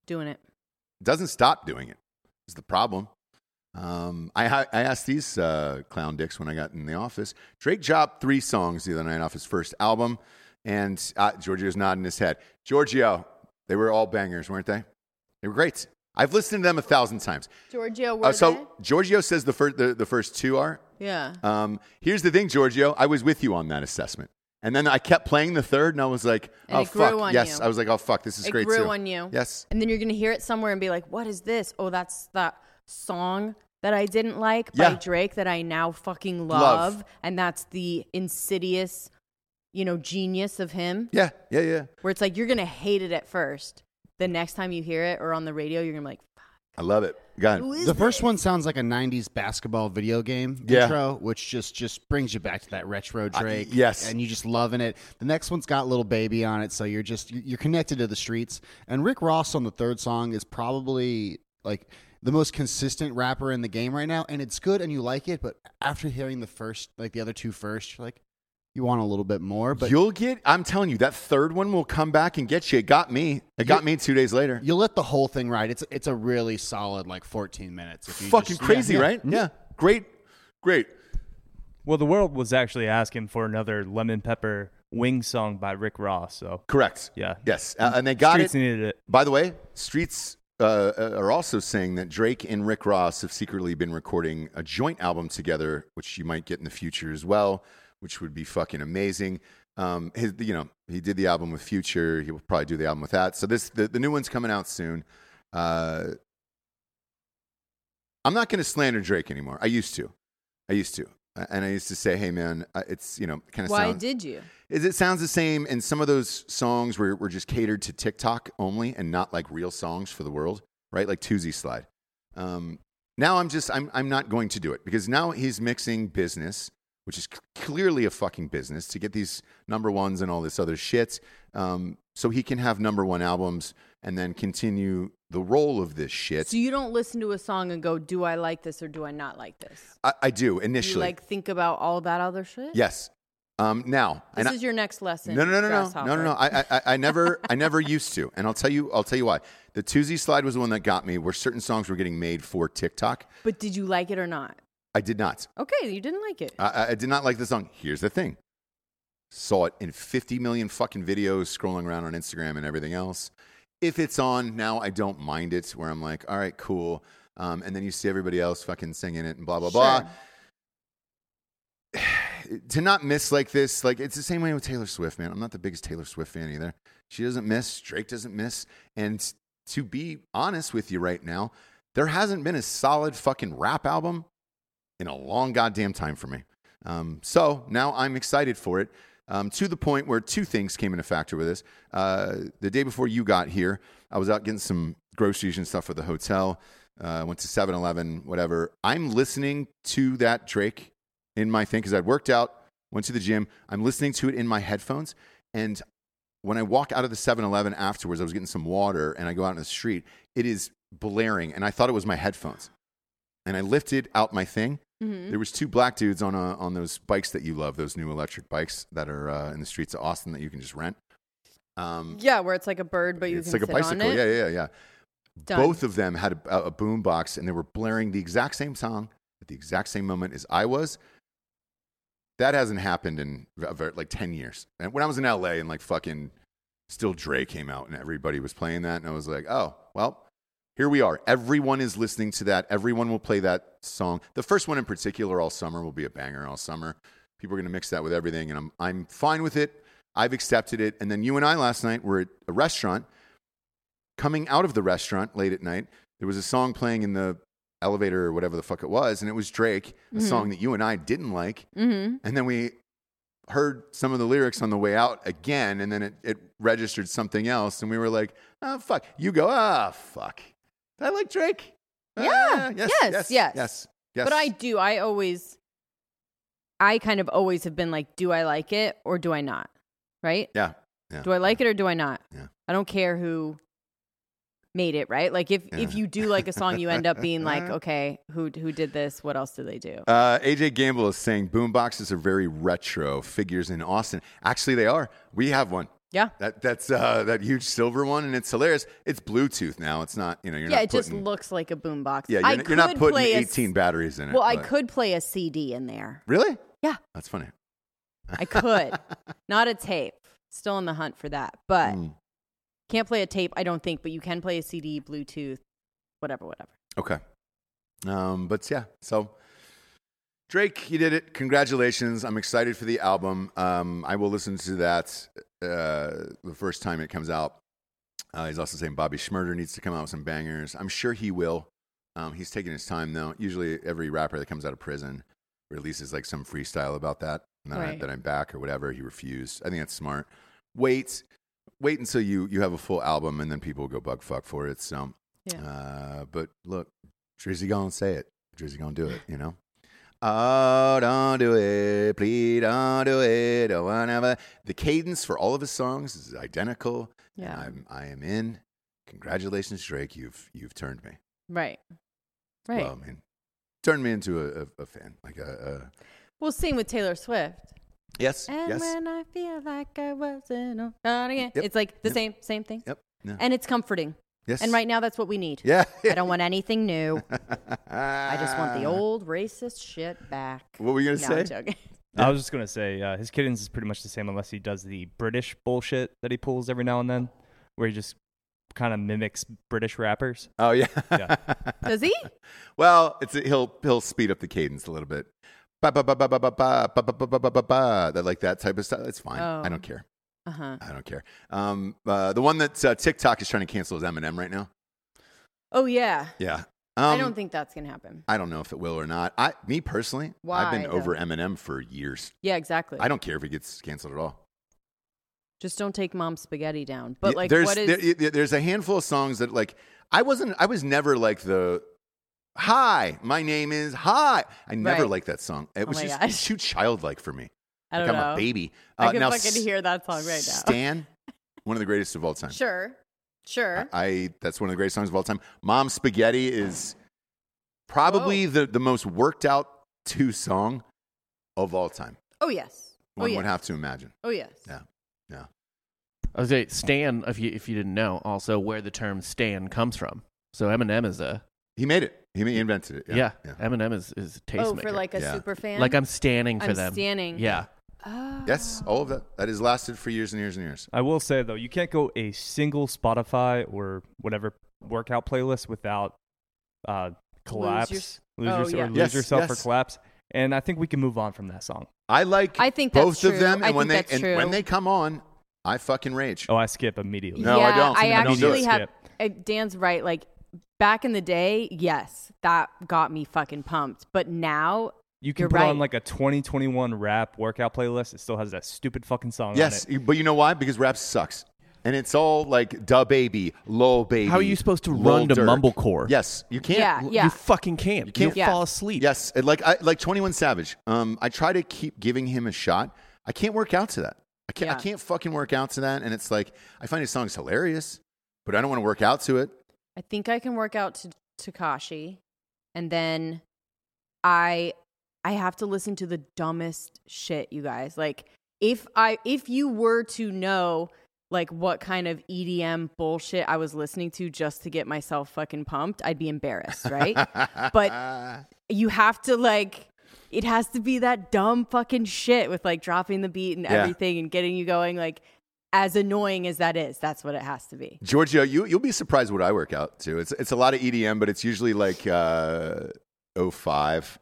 [SPEAKER 3] Doing it.
[SPEAKER 1] doesn't stop doing it is the problem. Um, I, ha- I asked these uh, clown dicks when I got in the office. Drake dropped three songs the other night off his first album, and uh, Giorgio's nodding his head. Giorgio, they were all bangers, weren't they? They were great. I've listened to them a thousand times.
[SPEAKER 3] Giorgio, were
[SPEAKER 1] Uh, so Giorgio says the, fir- the, the first two are.
[SPEAKER 3] Yeah.
[SPEAKER 1] Um, here's the thing, Giorgio. I was with you on that assessment. And then I kept playing the third, and I was like,
[SPEAKER 3] And
[SPEAKER 1] oh,
[SPEAKER 3] it grew
[SPEAKER 1] fuck.
[SPEAKER 3] on
[SPEAKER 1] yes.
[SPEAKER 3] you.
[SPEAKER 1] I was like, oh, fuck. This is
[SPEAKER 3] It
[SPEAKER 1] great,
[SPEAKER 3] grew
[SPEAKER 1] too.
[SPEAKER 3] on you.
[SPEAKER 1] Yes.
[SPEAKER 3] And then you're going to hear it somewhere and be like, what is this? Oh, that's that song that I didn't like
[SPEAKER 1] Yeah.
[SPEAKER 3] by Drake that I now fucking love.
[SPEAKER 1] Love.
[SPEAKER 3] And that's the insidious, you know, genius of him.
[SPEAKER 1] Yeah. Yeah, yeah.
[SPEAKER 3] where it's like you're gonna hate it at first. The next time you hear it or on the radio, you're gonna be like,
[SPEAKER 1] I love it. God.
[SPEAKER 6] The first one sounds like a '90s basketball video game
[SPEAKER 1] Yeah.
[SPEAKER 6] intro, which just just brings you back to that retro Drake.
[SPEAKER 1] yes.
[SPEAKER 6] and you just loving it. The next one's got little baby on it, so you're just you're connected to the streets. And Rick Ross on the third song is probably like the most consistent rapper in the game right now, and it's good and you like it. But after hearing the first, like the other two first, you're like, you want a little bit more. But
[SPEAKER 1] You'll get. I'm telling you, that third one will come back and get you. It got me. It got me two days later.
[SPEAKER 6] you let the whole thing ride. It's it's a really solid like 14 minutes. If you
[SPEAKER 1] Fucking
[SPEAKER 6] just- yeah,
[SPEAKER 1] crazy,
[SPEAKER 6] yeah. Mm-hmm.
[SPEAKER 1] right? Yeah. Great. Great.
[SPEAKER 7] Well, the world was actually asking for another Lemon Pepper Wing song by Rick Ross. So
[SPEAKER 1] Correct.
[SPEAKER 7] Yeah.
[SPEAKER 1] Yes. Uh, and they got
[SPEAKER 7] Streets
[SPEAKER 1] it.
[SPEAKER 7] needed it.
[SPEAKER 1] By the way, Streets uh, are also saying that Drake and Rick Ross have secretly been recording a joint album together, which you might get in the future as well, which would be fucking amazing. Um, his, you know, he did the album with Future. He will probably do the album with that. So this, the, the new one's coming out soon. Uh, I'm not going to slander Drake anymore. I used to. I used to. And I used to say, hey, man, uh, it's, you know, kind of
[SPEAKER 3] Why
[SPEAKER 1] sounds
[SPEAKER 3] did you?
[SPEAKER 1] is it sounds the same and some of those songs were, were just catered to tiktok only and not like real songs for the world right like toozy slide um, now i'm just I'm, I'm not going to do it because now he's mixing business which is c- clearly a fucking business to get these number ones and all this other shit um, so he can have number one albums and then continue the role of this shit
[SPEAKER 3] So you don't listen to a song and go, "Do I like this or do I not like this?"
[SPEAKER 1] I, I do
[SPEAKER 3] You
[SPEAKER 1] initially
[SPEAKER 3] like think about all that other shit.
[SPEAKER 1] yes um, now
[SPEAKER 3] This
[SPEAKER 1] and I-
[SPEAKER 3] is your next lesson.
[SPEAKER 1] No, no, no, no, no,
[SPEAKER 3] Grasshopper.
[SPEAKER 1] no, no, no. I, I- I, I never, I never used to, and I'll tell you, I'll tell you why. The Tuesday slide was the one that got me, where certain songs were getting made for TikTok.
[SPEAKER 3] But did you like it or not?
[SPEAKER 1] I did not.
[SPEAKER 3] Okay, you didn't like it.
[SPEAKER 1] I- I, I did not like the song. Here's the thing. Saw it in 50 million fucking videos scrolling around on Instagram and everything else. If it's on now, I don't mind it. Where I'm like, all right, cool. Um, and then you see everybody else fucking singing it and blah blah blah. to not miss like this, like it's the same way with Taylor Swift, man. I'm not the biggest Taylor Swift fan either. She doesn't miss. Drake doesn't miss. And to be honest with you right now, there hasn't been a solid fucking rap album in a long goddamn time for me. Um, so now I'm excited for it um, to the point where two things came into factor with this. Uh, the day before you got here, I was out getting some groceries and stuff for the hotel. Uh, went to 7 Eleven, whatever. I'm listening to that Drake in my thing because I'd worked out, went to the gym. I'm listening to it in my headphones. And when I walk out of the 7 Eleven afterwards, I was getting some water and I go out in the street. It is blaring, and I thought it was my headphones. And I lifted out my thing.
[SPEAKER 3] Mm-hmm.
[SPEAKER 1] There was two black dudes on, uh on those bikes that you love, those new electric bikes that are uh, in the streets of Austin that you can just rent. Um,
[SPEAKER 3] Yeah, where it's like a bird, but you
[SPEAKER 1] it's
[SPEAKER 3] can
[SPEAKER 1] like a
[SPEAKER 3] sit on
[SPEAKER 1] bicycle.
[SPEAKER 3] it.
[SPEAKER 1] Yeah, yeah, yeah.
[SPEAKER 3] Done.
[SPEAKER 1] Both of them had a, a boom box and they were blaring the exact same song at the exact same moment as I was. That hasn't happened in a ver- like 10 years. And when I was in LA and like fucking still Dre came out and everybody was playing that, and I was like, oh, well, here we are. Everyone is listening to that. Everyone will play that song. The first one in particular all summer will be a banger all summer. People are going to mix that with everything, and I'm, I'm fine with it. I've accepted it. And then you and I last night were at a restaurant coming out of the restaurant late at night, there was a song playing in the elevator or whatever the fuck it was, and it was Drake,
[SPEAKER 3] Mm-hmm.
[SPEAKER 1] a song that you and I didn't like. Mm-hmm. And then we heard some of the lyrics on the way out again, and then it, it registered something else, and we were like, oh, fuck. You go, ah, fuck. Did I like Drake?
[SPEAKER 3] Yeah.
[SPEAKER 1] Ah,
[SPEAKER 3] Yes, yes.
[SPEAKER 1] Yes. Yes.
[SPEAKER 3] But I do. I always, I kind of always have been like, do I like it or do I not? Right?
[SPEAKER 1] Yeah. Yeah.
[SPEAKER 3] Do I like it or do I not?
[SPEAKER 1] Yeah.
[SPEAKER 3] I don't care who made it. Right? Like if if
[SPEAKER 1] Yeah.
[SPEAKER 3] you do like a song, you end up being like, okay, who who did this? What else did they do?
[SPEAKER 1] Uh, AJ Gamble is saying boomboxes are very retro figures in Austin. Actually, they are. We have one.
[SPEAKER 3] Yeah.
[SPEAKER 1] That that's uh, that huge silver one, and it's hilarious. It's Bluetooth now. It's not you know you're
[SPEAKER 3] yeah,
[SPEAKER 1] not
[SPEAKER 3] it just
[SPEAKER 1] putting,
[SPEAKER 3] looks like a boombox.
[SPEAKER 1] yeah you're,
[SPEAKER 3] I
[SPEAKER 1] not- you're not
[SPEAKER 3] could
[SPEAKER 1] putting
[SPEAKER 3] play a s-
[SPEAKER 1] 18 batteries in it.
[SPEAKER 3] Well, I
[SPEAKER 1] but-
[SPEAKER 3] could play a CD in there.
[SPEAKER 1] really.
[SPEAKER 3] Yeah.
[SPEAKER 1] that's funny.
[SPEAKER 3] I could. Not a tape. Still in the hunt for that. But
[SPEAKER 1] Mm.
[SPEAKER 3] can't play a tape, I don't think, but you can play a CD, Bluetooth, whatever, whatever.
[SPEAKER 1] Okay. Um, but yeah, so Drake, you did it. Congratulations. I'm excited for the album. Um, I will listen to that uh, the first time it comes out. Uh, he's also saying Bobby Schmurder needs to come out with some bangers. I'm sure he will. Um, he's taking his time though. Usually, every rapper that comes out of prison releases like some freestyle about that, and then, I,
[SPEAKER 3] Right.
[SPEAKER 1] then I'm back or whatever. He refused. I think that's smart. Wait, wait until you you have a full album, and then people go bug fuck for it. So,
[SPEAKER 3] Yeah.
[SPEAKER 1] uh, but look, Drizzy gonna say it. Drizzy gonna do it. You know. Oh, don't do it. Please don't do it. Don't wanna have a- The cadence for all of his songs is identical. and
[SPEAKER 3] Yeah.
[SPEAKER 1] I'm, I am in. Congratulations, Drake. You've, you've turned me.
[SPEAKER 3] Right. Right.
[SPEAKER 1] Well, I mean, turned me into a, a, a fan. Like a, a
[SPEAKER 3] Well, same with Taylor Swift.
[SPEAKER 1] yes,
[SPEAKER 3] And
[SPEAKER 1] yes.
[SPEAKER 3] when I feel like I wasn't on again,
[SPEAKER 1] Yep.
[SPEAKER 3] it's like the
[SPEAKER 1] Yep.
[SPEAKER 3] same same thing.
[SPEAKER 1] yep. No.
[SPEAKER 3] And it's comforting.
[SPEAKER 1] yes.
[SPEAKER 3] And right now, that's what we need.
[SPEAKER 1] Yeah.
[SPEAKER 3] I don't want anything new.
[SPEAKER 1] I
[SPEAKER 3] I just want the old racist shit back.
[SPEAKER 1] What were you gonna
[SPEAKER 3] No,
[SPEAKER 1] say?
[SPEAKER 3] I'm joking.
[SPEAKER 7] I was just gonna say uh, his cadence is pretty much the same unless he does the British bullshit that he pulls every now and then, where he just kind of mimics British rappers.
[SPEAKER 1] Oh yeah.
[SPEAKER 7] Yeah.
[SPEAKER 3] Does he?
[SPEAKER 1] Well, it's he'll he'll speed up the cadence a little bit. Ba ba ba ba ba ba ba ba ba ba ba ba ba ba. That like that type of stuff. It's fine.
[SPEAKER 3] Oh.
[SPEAKER 1] I don't care.
[SPEAKER 3] Uh huh.
[SPEAKER 1] I don't care. Um, uh, the one that uh, TikTok is trying to cancel is Eminem right now.
[SPEAKER 3] Oh yeah.
[SPEAKER 1] Yeah. Um,
[SPEAKER 3] I don't think that's gonna happen.
[SPEAKER 1] I don't know if it will or not. I, me personally, I've
[SPEAKER 3] Why,
[SPEAKER 1] been
[SPEAKER 3] though?
[SPEAKER 1] over Eminem for years.
[SPEAKER 3] Yeah, exactly.
[SPEAKER 1] I don't care if it gets canceled at all.
[SPEAKER 3] Just don't take mom's spaghetti down. But
[SPEAKER 1] Yeah,
[SPEAKER 3] like,
[SPEAKER 1] there's
[SPEAKER 3] what is?
[SPEAKER 1] there- there- there's a handful of songs that like I wasn't I was never like the hi my name is hi I never
[SPEAKER 3] Right.
[SPEAKER 1] liked that song it
[SPEAKER 3] Oh
[SPEAKER 1] was
[SPEAKER 3] my
[SPEAKER 1] just
[SPEAKER 3] gosh.
[SPEAKER 1] too childlike for me
[SPEAKER 3] I don't
[SPEAKER 1] like
[SPEAKER 3] know.
[SPEAKER 1] I'm a baby Uh,
[SPEAKER 3] I can
[SPEAKER 1] now,
[SPEAKER 3] fucking hear that song right now.
[SPEAKER 1] Stan one of the greatest of all time
[SPEAKER 5] Sure. Sure.
[SPEAKER 1] I, I that's one of the greatest songs of all time Mom Spaghetti is probably the the most worked out two song of all time
[SPEAKER 5] oh, yes.
[SPEAKER 1] one
[SPEAKER 5] yeah.
[SPEAKER 1] would have to imagine
[SPEAKER 5] Oh, yes.
[SPEAKER 1] yeah yeah
[SPEAKER 4] I was gonna say Stan, if you if you didn't know, also where the term Stan comes from. So Eminem is a
[SPEAKER 1] he made it he he invented it
[SPEAKER 4] yeah, Eminem is is a tastemaker.
[SPEAKER 5] Oh, for like a
[SPEAKER 1] Yeah.
[SPEAKER 5] super fan?
[SPEAKER 4] Like I'm standing for
[SPEAKER 3] I'm
[SPEAKER 4] them.
[SPEAKER 3] standing.
[SPEAKER 4] Yeah,
[SPEAKER 3] Oh.
[SPEAKER 1] Yes, all of that. That has lasted for years and years and years.
[SPEAKER 7] I will say though, you can't go a single Spotify or whatever workout playlist without uh, collapse,
[SPEAKER 3] Yours-
[SPEAKER 7] lose,
[SPEAKER 3] Oh,
[SPEAKER 7] yourself,
[SPEAKER 3] yeah.
[SPEAKER 7] or lose
[SPEAKER 1] Yes,
[SPEAKER 7] yourself
[SPEAKER 1] yes.
[SPEAKER 7] for collapse. And I think we can move on from that song.
[SPEAKER 1] I like
[SPEAKER 3] I think that's
[SPEAKER 1] both of
[SPEAKER 3] true.
[SPEAKER 1] them, and
[SPEAKER 3] I
[SPEAKER 1] when
[SPEAKER 3] think
[SPEAKER 1] they
[SPEAKER 3] that's
[SPEAKER 1] and when
[SPEAKER 3] true.
[SPEAKER 1] they come on, I fucking rage.
[SPEAKER 7] Oh, I skip immediately.
[SPEAKER 1] No, I
[SPEAKER 3] yeah,
[SPEAKER 1] don't.
[SPEAKER 3] I
[SPEAKER 1] I don't do
[SPEAKER 3] actually
[SPEAKER 1] it.
[SPEAKER 3] have. I- Dan's right. Like back in the day, yes, that got me fucking pumped. But now,
[SPEAKER 7] You can
[SPEAKER 3] You're
[SPEAKER 7] put on
[SPEAKER 3] right.
[SPEAKER 7] like a 2021 rap workout playlist. It still has that stupid fucking song
[SPEAKER 1] yes,
[SPEAKER 7] on it.
[SPEAKER 1] you- but you know why? Because rap sucks, and it's all like da baby, low baby.
[SPEAKER 4] How are you supposed to
[SPEAKER 1] Lil
[SPEAKER 4] run to
[SPEAKER 1] Durk.
[SPEAKER 4] mumblecore?
[SPEAKER 1] Yes, you can't.
[SPEAKER 3] yeah, yeah.
[SPEAKER 4] you fucking can't. You
[SPEAKER 1] can't-
[SPEAKER 4] will
[SPEAKER 3] Yeah.
[SPEAKER 4] fall asleep.
[SPEAKER 1] Yes, and like I, like Twenty One Savage. Um, I try to keep giving him a shot. I can't work out to that. I can't. I
[SPEAKER 3] Yeah.
[SPEAKER 1] can't fucking work out to that. And it's like I find his songs hilarious, but I don't want to work out to it.
[SPEAKER 3] I think I can work out to Takashi, and then I I have to listen to the dumbest shit, you guys. Like if I if you were to know like what kind of EDM bullshit I was listening to just to get myself fucking pumped, I'd be embarrassed, right? But- you have to like it has to be that dumb fucking shit with like dropping the beat and
[SPEAKER 1] Yeah.
[SPEAKER 3] everything and getting you going like as annoying as that is, that's what it has to be.
[SPEAKER 1] Giorgio, you you'll be surprised what I work out to. It's it's a lot of EDM, but it's usually like uh 05,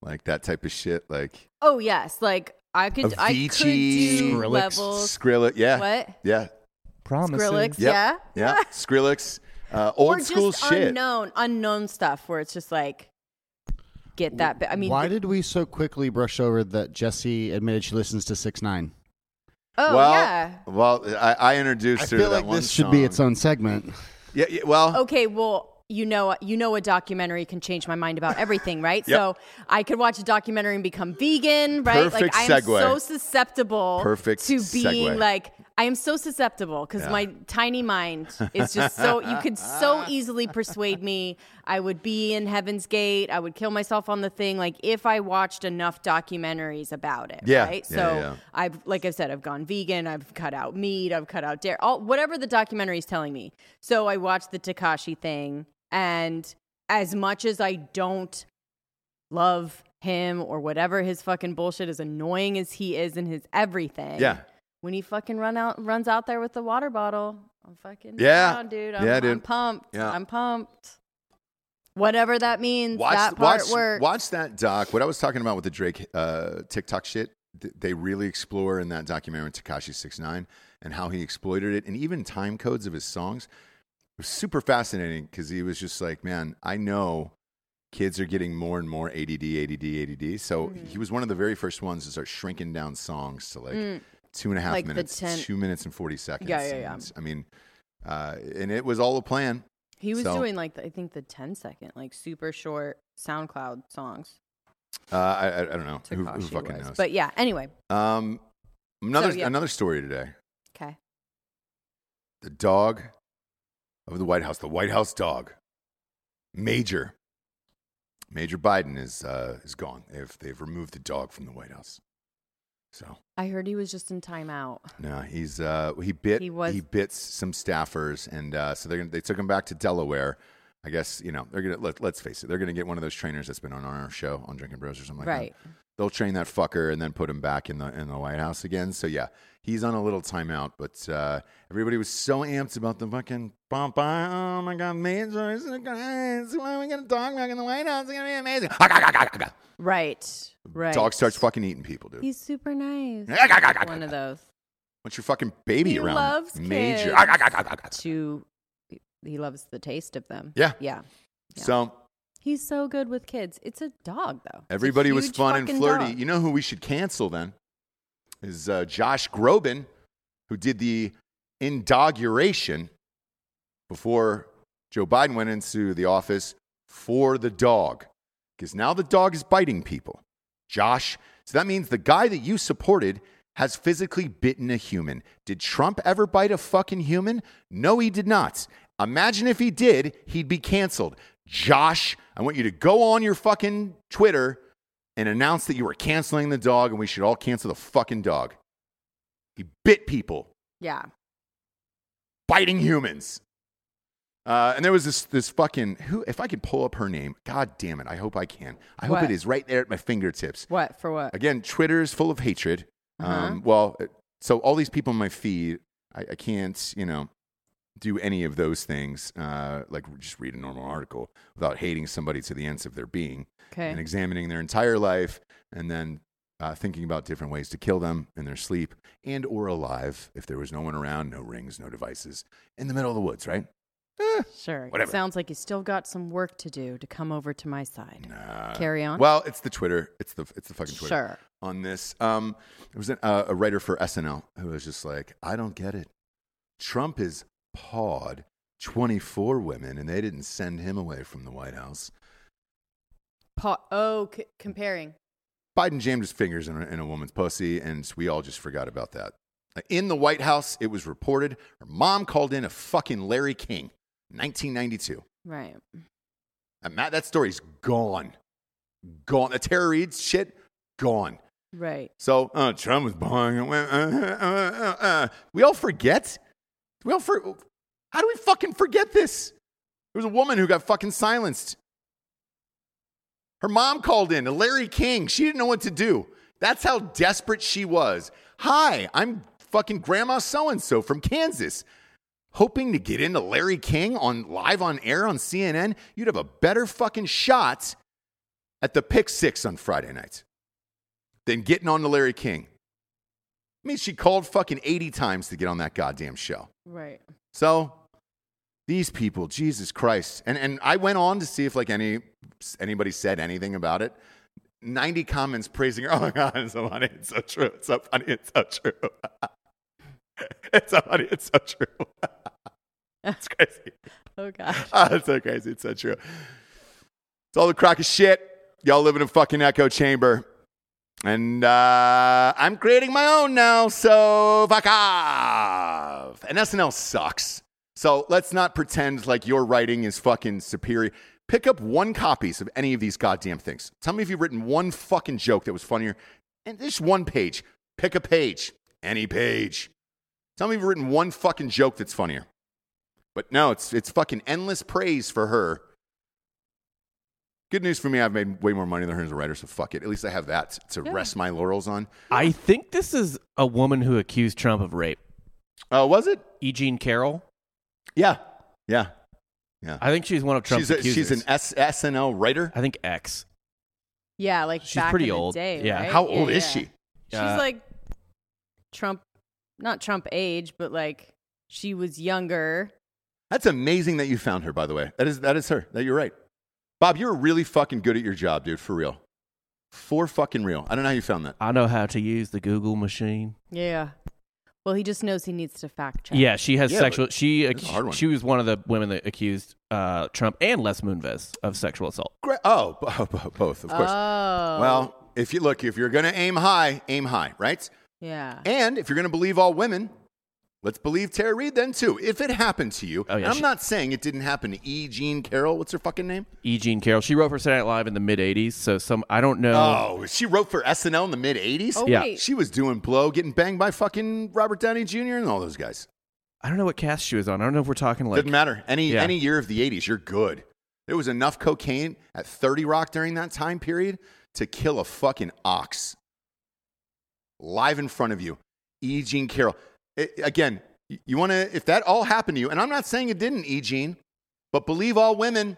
[SPEAKER 1] like that type of shit, like
[SPEAKER 3] Oh yes, like I could I could
[SPEAKER 1] Avicii,
[SPEAKER 3] do
[SPEAKER 7] Skrillex.
[SPEAKER 3] levels.
[SPEAKER 1] Skrillex, yeah.
[SPEAKER 3] What?
[SPEAKER 1] Yeah.
[SPEAKER 7] Promises.
[SPEAKER 1] Yep.
[SPEAKER 3] Skrillex, yeah.
[SPEAKER 1] Yeah. Skrillex, uh, old
[SPEAKER 3] or just
[SPEAKER 1] school shit.
[SPEAKER 3] unknown, unknown stuff where it's just like get that. But I mean,
[SPEAKER 6] why did we so quickly brush over that Jesse admitted she listens to Six Nine?
[SPEAKER 3] oh
[SPEAKER 1] well,
[SPEAKER 3] yeah.
[SPEAKER 1] well, I, I introduced
[SPEAKER 6] I
[SPEAKER 1] her to
[SPEAKER 6] feel
[SPEAKER 1] that
[SPEAKER 6] like
[SPEAKER 1] one
[SPEAKER 6] this should be
[SPEAKER 1] song.
[SPEAKER 6] its own segment.
[SPEAKER 1] Yeah, yeah, well,
[SPEAKER 3] Okay, well, you know, you know, a documentary can change my mind about everything, right?
[SPEAKER 1] Yep.
[SPEAKER 3] So I could watch a documentary and become vegan, right?
[SPEAKER 1] Perfect
[SPEAKER 3] like I am
[SPEAKER 1] segue.
[SPEAKER 3] so susceptible
[SPEAKER 1] Perfect
[SPEAKER 3] to being
[SPEAKER 1] segue.
[SPEAKER 3] like I am so susceptible because
[SPEAKER 1] Yeah.
[SPEAKER 3] my tiny mind is just so you could so easily persuade me I would be in Heaven's Gate, I would kill myself on the thing, like if I watched enough documentaries about it.
[SPEAKER 1] Yeah.
[SPEAKER 3] Right.
[SPEAKER 1] Yeah,
[SPEAKER 3] so
[SPEAKER 1] yeah, yeah.
[SPEAKER 3] I've like I said, I've gone vegan, I've cut out meat, I've cut out dairy, all whatever the documentary is telling me. So I watched the Takashi thing, and as much as I don't love him or whatever his fucking bullshit, as annoying as he is in his everything,
[SPEAKER 1] yeah.
[SPEAKER 3] When he fucking run out runs out there with the water bottle, I'm fucking
[SPEAKER 1] Yeah.
[SPEAKER 3] down, dude. I'm,
[SPEAKER 1] Yeah,
[SPEAKER 3] I'm
[SPEAKER 1] dude.
[SPEAKER 3] pumped.
[SPEAKER 1] Yeah.
[SPEAKER 3] I'm pumped. Whatever that means,
[SPEAKER 1] Watch,
[SPEAKER 3] that part
[SPEAKER 1] watch,
[SPEAKER 3] works.
[SPEAKER 1] watch that doc. What I was talking about with the Drake uh, TikTok shit, th- they really explore in that documentary Takashi Six Nine and how he exploited it, and even time codes of his songs. It was super fascinating because he was just like, man, I know kids are getting more and more ADD, ADD, ADD. So
[SPEAKER 3] Mm-hmm.
[SPEAKER 1] he was one of the very first ones to start shrinking down songs to like two and a half
[SPEAKER 3] Mm, Like the
[SPEAKER 1] minutes,
[SPEAKER 3] 10
[SPEAKER 1] two minutes and forty seconds.
[SPEAKER 3] Yeah, yeah, yeah.
[SPEAKER 1] And I mean, uh, and it was all a plan.
[SPEAKER 3] He was
[SPEAKER 1] So-
[SPEAKER 3] doing like the, I think the 10 second, like super short SoundCloud songs.
[SPEAKER 1] Uh, I, I, I don't know who, who
[SPEAKER 3] Tekashi
[SPEAKER 1] fucking
[SPEAKER 3] was.
[SPEAKER 1] knows.
[SPEAKER 3] But yeah, anyway.
[SPEAKER 1] Um, another
[SPEAKER 3] So, yeah.
[SPEAKER 1] another story today.
[SPEAKER 3] Okay.
[SPEAKER 1] The dog of the White House, the White House dog, Major, Major Biden is uh, is gone. They've they've removed the dog from the White House. So
[SPEAKER 3] I heard he was just in timeout.
[SPEAKER 1] no, he's uh, he bit he,
[SPEAKER 3] He was-
[SPEAKER 1] bits some staffers, and uh, so they're gonna, they took him back to Delaware. I guess you know they're gonna let, let's face it, they're gonna get one of those trainers that's been on our show on Drinking Bros or something like that.
[SPEAKER 3] right.
[SPEAKER 1] They'll train that fucker and then put him back in the in the White House again. So yeah, he's on a little timeout, but uh, everybody was so amped about the fucking bump. Oh my god, major! Isn't it great? So Why we got a dog back in the White House? It's gonna be amazing.
[SPEAKER 3] Right. Right.
[SPEAKER 1] Dog starts fucking eating people, dude.
[SPEAKER 3] He's super nice. One of those.
[SPEAKER 1] What's your fucking baby
[SPEAKER 3] He
[SPEAKER 1] around?
[SPEAKER 3] loves
[SPEAKER 1] Major.
[SPEAKER 3] kids. To he loves the taste of them.
[SPEAKER 1] Yeah.
[SPEAKER 3] Yeah.
[SPEAKER 1] So
[SPEAKER 3] He's so good with kids. It's a dog though. It's a
[SPEAKER 1] everybody was
[SPEAKER 3] huge
[SPEAKER 1] fun and
[SPEAKER 3] fucking
[SPEAKER 1] flirty.
[SPEAKER 3] dog.
[SPEAKER 1] You know who we should cancel then? Is uh, Josh Groban, who did the inauguration before Joe Biden went into the office for the dog. Because now the dog is biting people. Josh. So that means the guy that you supported has physically bitten a human. Did Trump ever bite a fucking human? No, he did not. Imagine if he did, he'd be canceled. Josh, I want you to go on your fucking Twitter and announce that you were canceling the dog and we should all cancel the fucking dog. He bit people
[SPEAKER 3] Yeah.
[SPEAKER 1] biting humans. Uh, and there was this this fucking who if I could pull up her name, god damn it, I hope I can. I hope
[SPEAKER 3] What?
[SPEAKER 1] it is right there at my fingertips.
[SPEAKER 3] What for what?
[SPEAKER 1] Again, Twitter is full of hatred.
[SPEAKER 3] Uh-huh.
[SPEAKER 1] Um, well, it- so all these people in my feed, I, I can't, you know, do any of those things, uh, like just read a normal article without hating somebody to the ends of their being
[SPEAKER 3] Okay.
[SPEAKER 1] and examining their entire life and then uh, thinking about different ways to kill them in their sleep and or alive if there was no one around no rings no devices in the middle of the woods right
[SPEAKER 3] Sure.
[SPEAKER 1] Whatever.
[SPEAKER 3] Sounds like you still got some work to do to come over to my side.
[SPEAKER 1] Nah.
[SPEAKER 3] Carry on.
[SPEAKER 1] well it's the twitter it's the it's the fucking twitter
[SPEAKER 3] Sure.
[SPEAKER 1] on this um there was an, uh, a writer for snl who was just like i don't get it trump is pawed 24 women and they didn't send him away from the white house
[SPEAKER 3] Pa- oh, c- comparing.
[SPEAKER 1] Biden jammed his fingers in a, in a woman's pussy, and we all just forgot about that. Uh, In the White House, it was reported her mom called in a fucking Larry King, 1992.
[SPEAKER 3] Right.
[SPEAKER 1] And Matt, that story's gone. Gone. The Tara Reid shit, gone.
[SPEAKER 3] Right.
[SPEAKER 1] So uh, Trump was buying it. went, Uh, uh, uh, uh, uh. We all forget. We all for- How do we fucking forget this? There was a woman who got fucking silenced. Her mom called in, Larry King. She didn't know what to do. That's how desperate she was. Hi, I'm fucking Grandma so and so from Kansas. Hoping to get into Larry King on live on air on CNN, you'd have a better fucking shot at the pick six on Friday night than getting on to Larry King. I mean, she called fucking 80 times to get on that goddamn show.
[SPEAKER 3] Right.
[SPEAKER 1] So these people, Jesus Christ. And, and I went on to see if like any, anybody said anything about it. 90 comments praising her. Oh my God, it's so funny. It's so true. It's so funny. It's so true. it's so funny. It's so true. it's crazy.
[SPEAKER 3] Oh God.
[SPEAKER 1] Oh, that's so crazy. It's so true. It's all the crock of shit. Y'all live in a fucking echo chamber. And uh, I'm creating my own now, so fuck off. And SNL sucks. So let's not pretend like your writing is fucking superior. Pick up one copies of any of these goddamn things. Tell me if you've written one fucking joke that was funnier. And just one page. Pick a page. Any page. Tell me if you've written one fucking joke that's funnier. But no, it's it's fucking endless praise for her. Good news for me, I've made way more money than her as a writer, so fuck it. At least I have that to rest my laurels on.
[SPEAKER 4] I think this is a woman who accused Trump of rape.
[SPEAKER 1] Oh, was it?
[SPEAKER 4] E. Jean Carroll.
[SPEAKER 1] Yeah. Yeah.
[SPEAKER 4] I think she's one of Trump's
[SPEAKER 1] she's a,
[SPEAKER 4] accusers.
[SPEAKER 1] she's an S- SNL writer.
[SPEAKER 4] I think X.
[SPEAKER 3] Yeah, like
[SPEAKER 4] She's
[SPEAKER 3] back
[SPEAKER 4] pretty
[SPEAKER 3] in the
[SPEAKER 4] old.
[SPEAKER 3] day,
[SPEAKER 4] Yeah.
[SPEAKER 3] right?
[SPEAKER 1] How
[SPEAKER 3] Yeah,
[SPEAKER 1] old is
[SPEAKER 3] yeah.
[SPEAKER 1] she?
[SPEAKER 3] She's
[SPEAKER 4] Uh,
[SPEAKER 3] like Trump, not Trump age, but like she was younger.
[SPEAKER 1] That's amazing that you found her, by the way. That is that is her. That you're right. Bob, you're really fucking good at your job, dude, for real. For fucking real. I don't know how you found that.
[SPEAKER 4] I know how to use the Google machine.
[SPEAKER 3] Yeah. Well, he just knows he needs to fact check.
[SPEAKER 4] Yeah, she has
[SPEAKER 1] Yeah,
[SPEAKER 4] sexual. She
[SPEAKER 1] that's a hard one.
[SPEAKER 4] ac- she was one of the women that accused uh, Trump and Les Moonves of sexual assault.
[SPEAKER 1] Gra- oh, bo- bo- both, of course.
[SPEAKER 3] Oh.
[SPEAKER 1] well, if you look, if you're going to aim high, aim high, right?
[SPEAKER 3] Yeah.
[SPEAKER 1] And if you're going to believe all women, Let's believe Tara Reid then too. If it happened to you,
[SPEAKER 4] Oh, yeah,
[SPEAKER 1] and I'm
[SPEAKER 4] she-
[SPEAKER 1] not saying it didn't happen to E. Jean Carroll. What's her fucking name?
[SPEAKER 4] E. Jean Carroll. She wrote for Saturday Night Live in the mid '80s, so some I don't know.
[SPEAKER 1] Oh, she wrote for SNL in the mid '80s.
[SPEAKER 3] Oh,
[SPEAKER 4] Yeah.
[SPEAKER 3] wait.
[SPEAKER 1] She was doing blow, getting banged by fucking Robert Downey Jr. and all those guys.
[SPEAKER 4] I don't know what cast she was on. I don't know if we're talking like
[SPEAKER 1] Doesn't matter. Any
[SPEAKER 4] Yeah.
[SPEAKER 1] any year of the '80s, you're good. There was enough cocaine at 30 Rock during that time period to kill a fucking ox. Live in front of you, E. Jean Carroll. I- again, y- you want to if that all happened to you, and I'm not saying it didn't, E. Jean, but believe all women.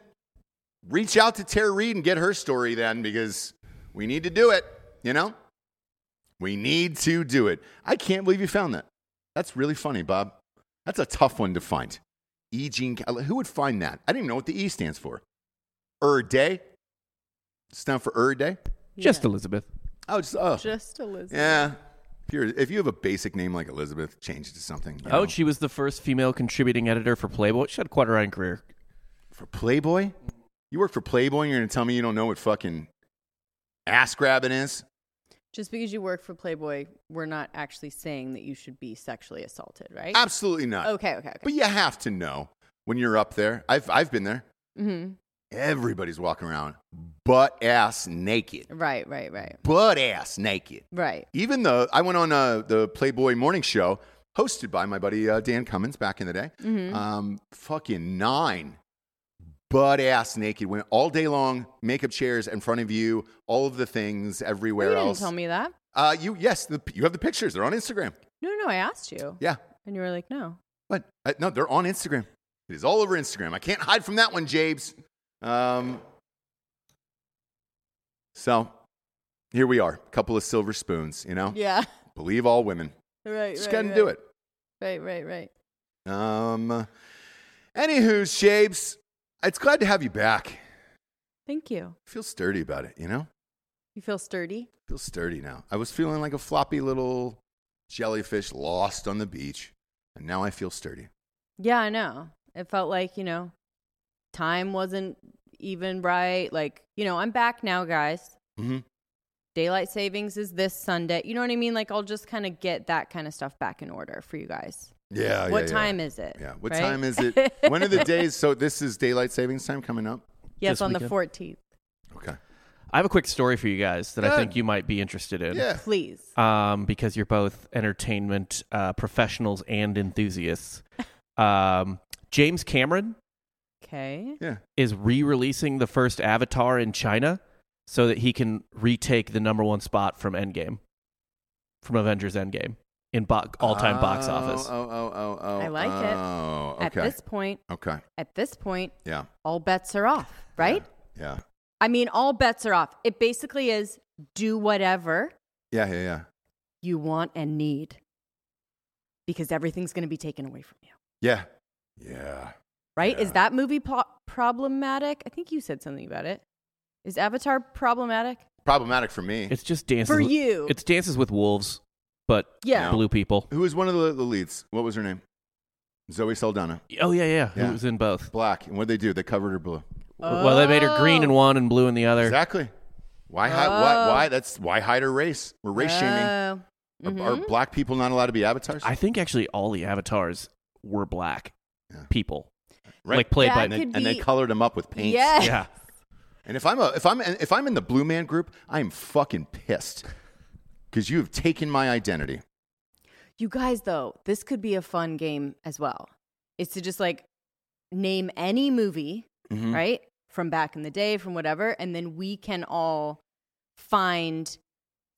[SPEAKER 1] Reach out to Tara Reid and get her story then, because we need to do it. You know, we need to do it. I can't believe you found that. That's really funny, Bob. That's a tough one to find. E. Jean, Ca- who would find that? I didn't even know what the E stands for. Er day. Stand for Er day.
[SPEAKER 4] just Elizabeth.
[SPEAKER 1] Oh, just oh,
[SPEAKER 3] Just Elizabeth.
[SPEAKER 1] yeah. If, you're, if you have a basic name like Elizabeth, change it to something. you know.
[SPEAKER 4] Oh, she was the first female contributing editor for Playboy. She had quite a running career.
[SPEAKER 1] for Playboy. You work for Playboy, and you're gonna tell me you don't know what fucking ass grabbing is?
[SPEAKER 3] Just because you work for Playboy, we're not actually saying that you should be sexually assaulted, right? Oh.
[SPEAKER 1] Absolutely not.
[SPEAKER 3] Okay, okay, okay.
[SPEAKER 1] But you have to know when you're up there. I've I've been there.
[SPEAKER 3] mm-hmm.
[SPEAKER 1] Everybody's walking around butt ass naked.
[SPEAKER 3] Right, right, right,
[SPEAKER 1] Butt ass naked.
[SPEAKER 3] right.
[SPEAKER 1] Even though I went on uh, the Playboy Morning Show, hosted by my buddy uh, Dan Cummins back in the day.
[SPEAKER 3] Mm-hmm.
[SPEAKER 1] Um, fucking nine, butt ass naked, went all day long, makeup chairs in front of you, all of the things everywhere
[SPEAKER 3] you didn't
[SPEAKER 1] else.
[SPEAKER 3] tell me that.
[SPEAKER 1] Uh, you yes, the, you have the pictures. They're on Instagram.
[SPEAKER 3] No, no, I asked you,
[SPEAKER 1] Yeah,
[SPEAKER 3] and you were like, no.
[SPEAKER 1] what? I, no, they're on Instagram. It is all over Instagram. I can't hide from that one, Jabes. Um, so here we are, a couple of silver spoons. You know,
[SPEAKER 3] Yeah,
[SPEAKER 1] believe all women.
[SPEAKER 3] right.
[SPEAKER 1] Oh. Just
[SPEAKER 3] right,
[SPEAKER 1] go ahead
[SPEAKER 3] right.
[SPEAKER 1] and do it.
[SPEAKER 3] Right, right, right.
[SPEAKER 1] Um. Anywho, Shapes, it's glad to have you back.
[SPEAKER 3] Thank you.
[SPEAKER 1] Feel sturdy about it, you know.
[SPEAKER 3] You feel sturdy.
[SPEAKER 1] Feel sturdy now. I was feeling like a floppy little jellyfish lost on the beach, and now I feel sturdy.
[SPEAKER 3] Yeah, I know. It felt like, you know, time wasn't even right. Like, you know, I'm back now, guys.
[SPEAKER 1] Mm-hmm.
[SPEAKER 3] Daylight savings is this Sunday. You know what I mean? Like, I'll just kind of get that kind of stuff back in order for you guys.
[SPEAKER 1] Yeah.
[SPEAKER 3] what
[SPEAKER 1] yeah,
[SPEAKER 3] time is it?
[SPEAKER 1] Yeah. yeah. What
[SPEAKER 3] Right?
[SPEAKER 1] time is it? When are the days? So this is daylight savings time coming up.
[SPEAKER 3] Yeah,
[SPEAKER 4] This
[SPEAKER 3] it's on
[SPEAKER 4] weekend?
[SPEAKER 3] the 14th.
[SPEAKER 1] Okay.
[SPEAKER 4] I have a quick story for you guys that I
[SPEAKER 1] Good.
[SPEAKER 4] think you might be interested in.
[SPEAKER 1] Yeah.
[SPEAKER 3] Please.
[SPEAKER 4] um, because you're both entertainment uh, professionals and enthusiasts. Um, James Cameron
[SPEAKER 3] Okay.
[SPEAKER 1] Yeah.
[SPEAKER 4] is re releasing the first Avatar in China so that he can retake the number one spot from Endgame, from Avengers Endgame in bo- all time box
[SPEAKER 1] Oh,
[SPEAKER 4] office.
[SPEAKER 1] Oh, oh, oh, oh.
[SPEAKER 3] I like it.
[SPEAKER 1] Oh,
[SPEAKER 3] At
[SPEAKER 1] okay.
[SPEAKER 3] this point,
[SPEAKER 1] okay.
[SPEAKER 3] at this point,
[SPEAKER 1] Yeah.
[SPEAKER 3] all bets are off, right?
[SPEAKER 1] Yeah.
[SPEAKER 3] I mean, all bets are off. It basically is do whatever
[SPEAKER 1] Yeah. Yeah. Yeah.
[SPEAKER 3] you want and need because everything's going to be taken away from you.
[SPEAKER 1] Yeah. Yeah.
[SPEAKER 3] right?
[SPEAKER 1] Yeah.
[SPEAKER 3] Is that movie po- problematic? I think you said something about it. Is Avatar problematic?
[SPEAKER 1] Problematic for me.
[SPEAKER 4] It's just dances
[SPEAKER 3] For
[SPEAKER 4] with-
[SPEAKER 3] you.
[SPEAKER 4] It's dances with wolves, but
[SPEAKER 3] Yeah.
[SPEAKER 4] blue people.
[SPEAKER 1] Who was one of the, the leads? What was her name? Zoe Saldana.
[SPEAKER 4] Oh yeah, yeah.
[SPEAKER 1] Yeah.
[SPEAKER 4] Who was in both?
[SPEAKER 1] Black. And what did they do? They covered her blue.
[SPEAKER 3] Oh.
[SPEAKER 4] Well, they made her green in one and blue in the other.
[SPEAKER 1] Exactly. Why hide? Why, why? That's why hide her race. We're race shaming.
[SPEAKER 3] Oh.
[SPEAKER 1] Are, are black people not allowed to be avatars?
[SPEAKER 4] I think actually all the avatars were black
[SPEAKER 1] Yeah.
[SPEAKER 4] people,
[SPEAKER 1] right.
[SPEAKER 4] like played
[SPEAKER 3] That
[SPEAKER 4] by
[SPEAKER 1] and, they,
[SPEAKER 3] could
[SPEAKER 1] and they
[SPEAKER 3] be-
[SPEAKER 1] colored them up with paint.
[SPEAKER 3] Yes.
[SPEAKER 4] yeah.
[SPEAKER 1] And if I'm a, if I'm if I'm in the blue man group, I am fucking pissed because you have taken my identity.
[SPEAKER 3] You guys, though, this could be a fun game as well. It's to just like name any movie,
[SPEAKER 1] Mm-hmm.
[SPEAKER 3] right? From back in the day, from whatever. And then we can all find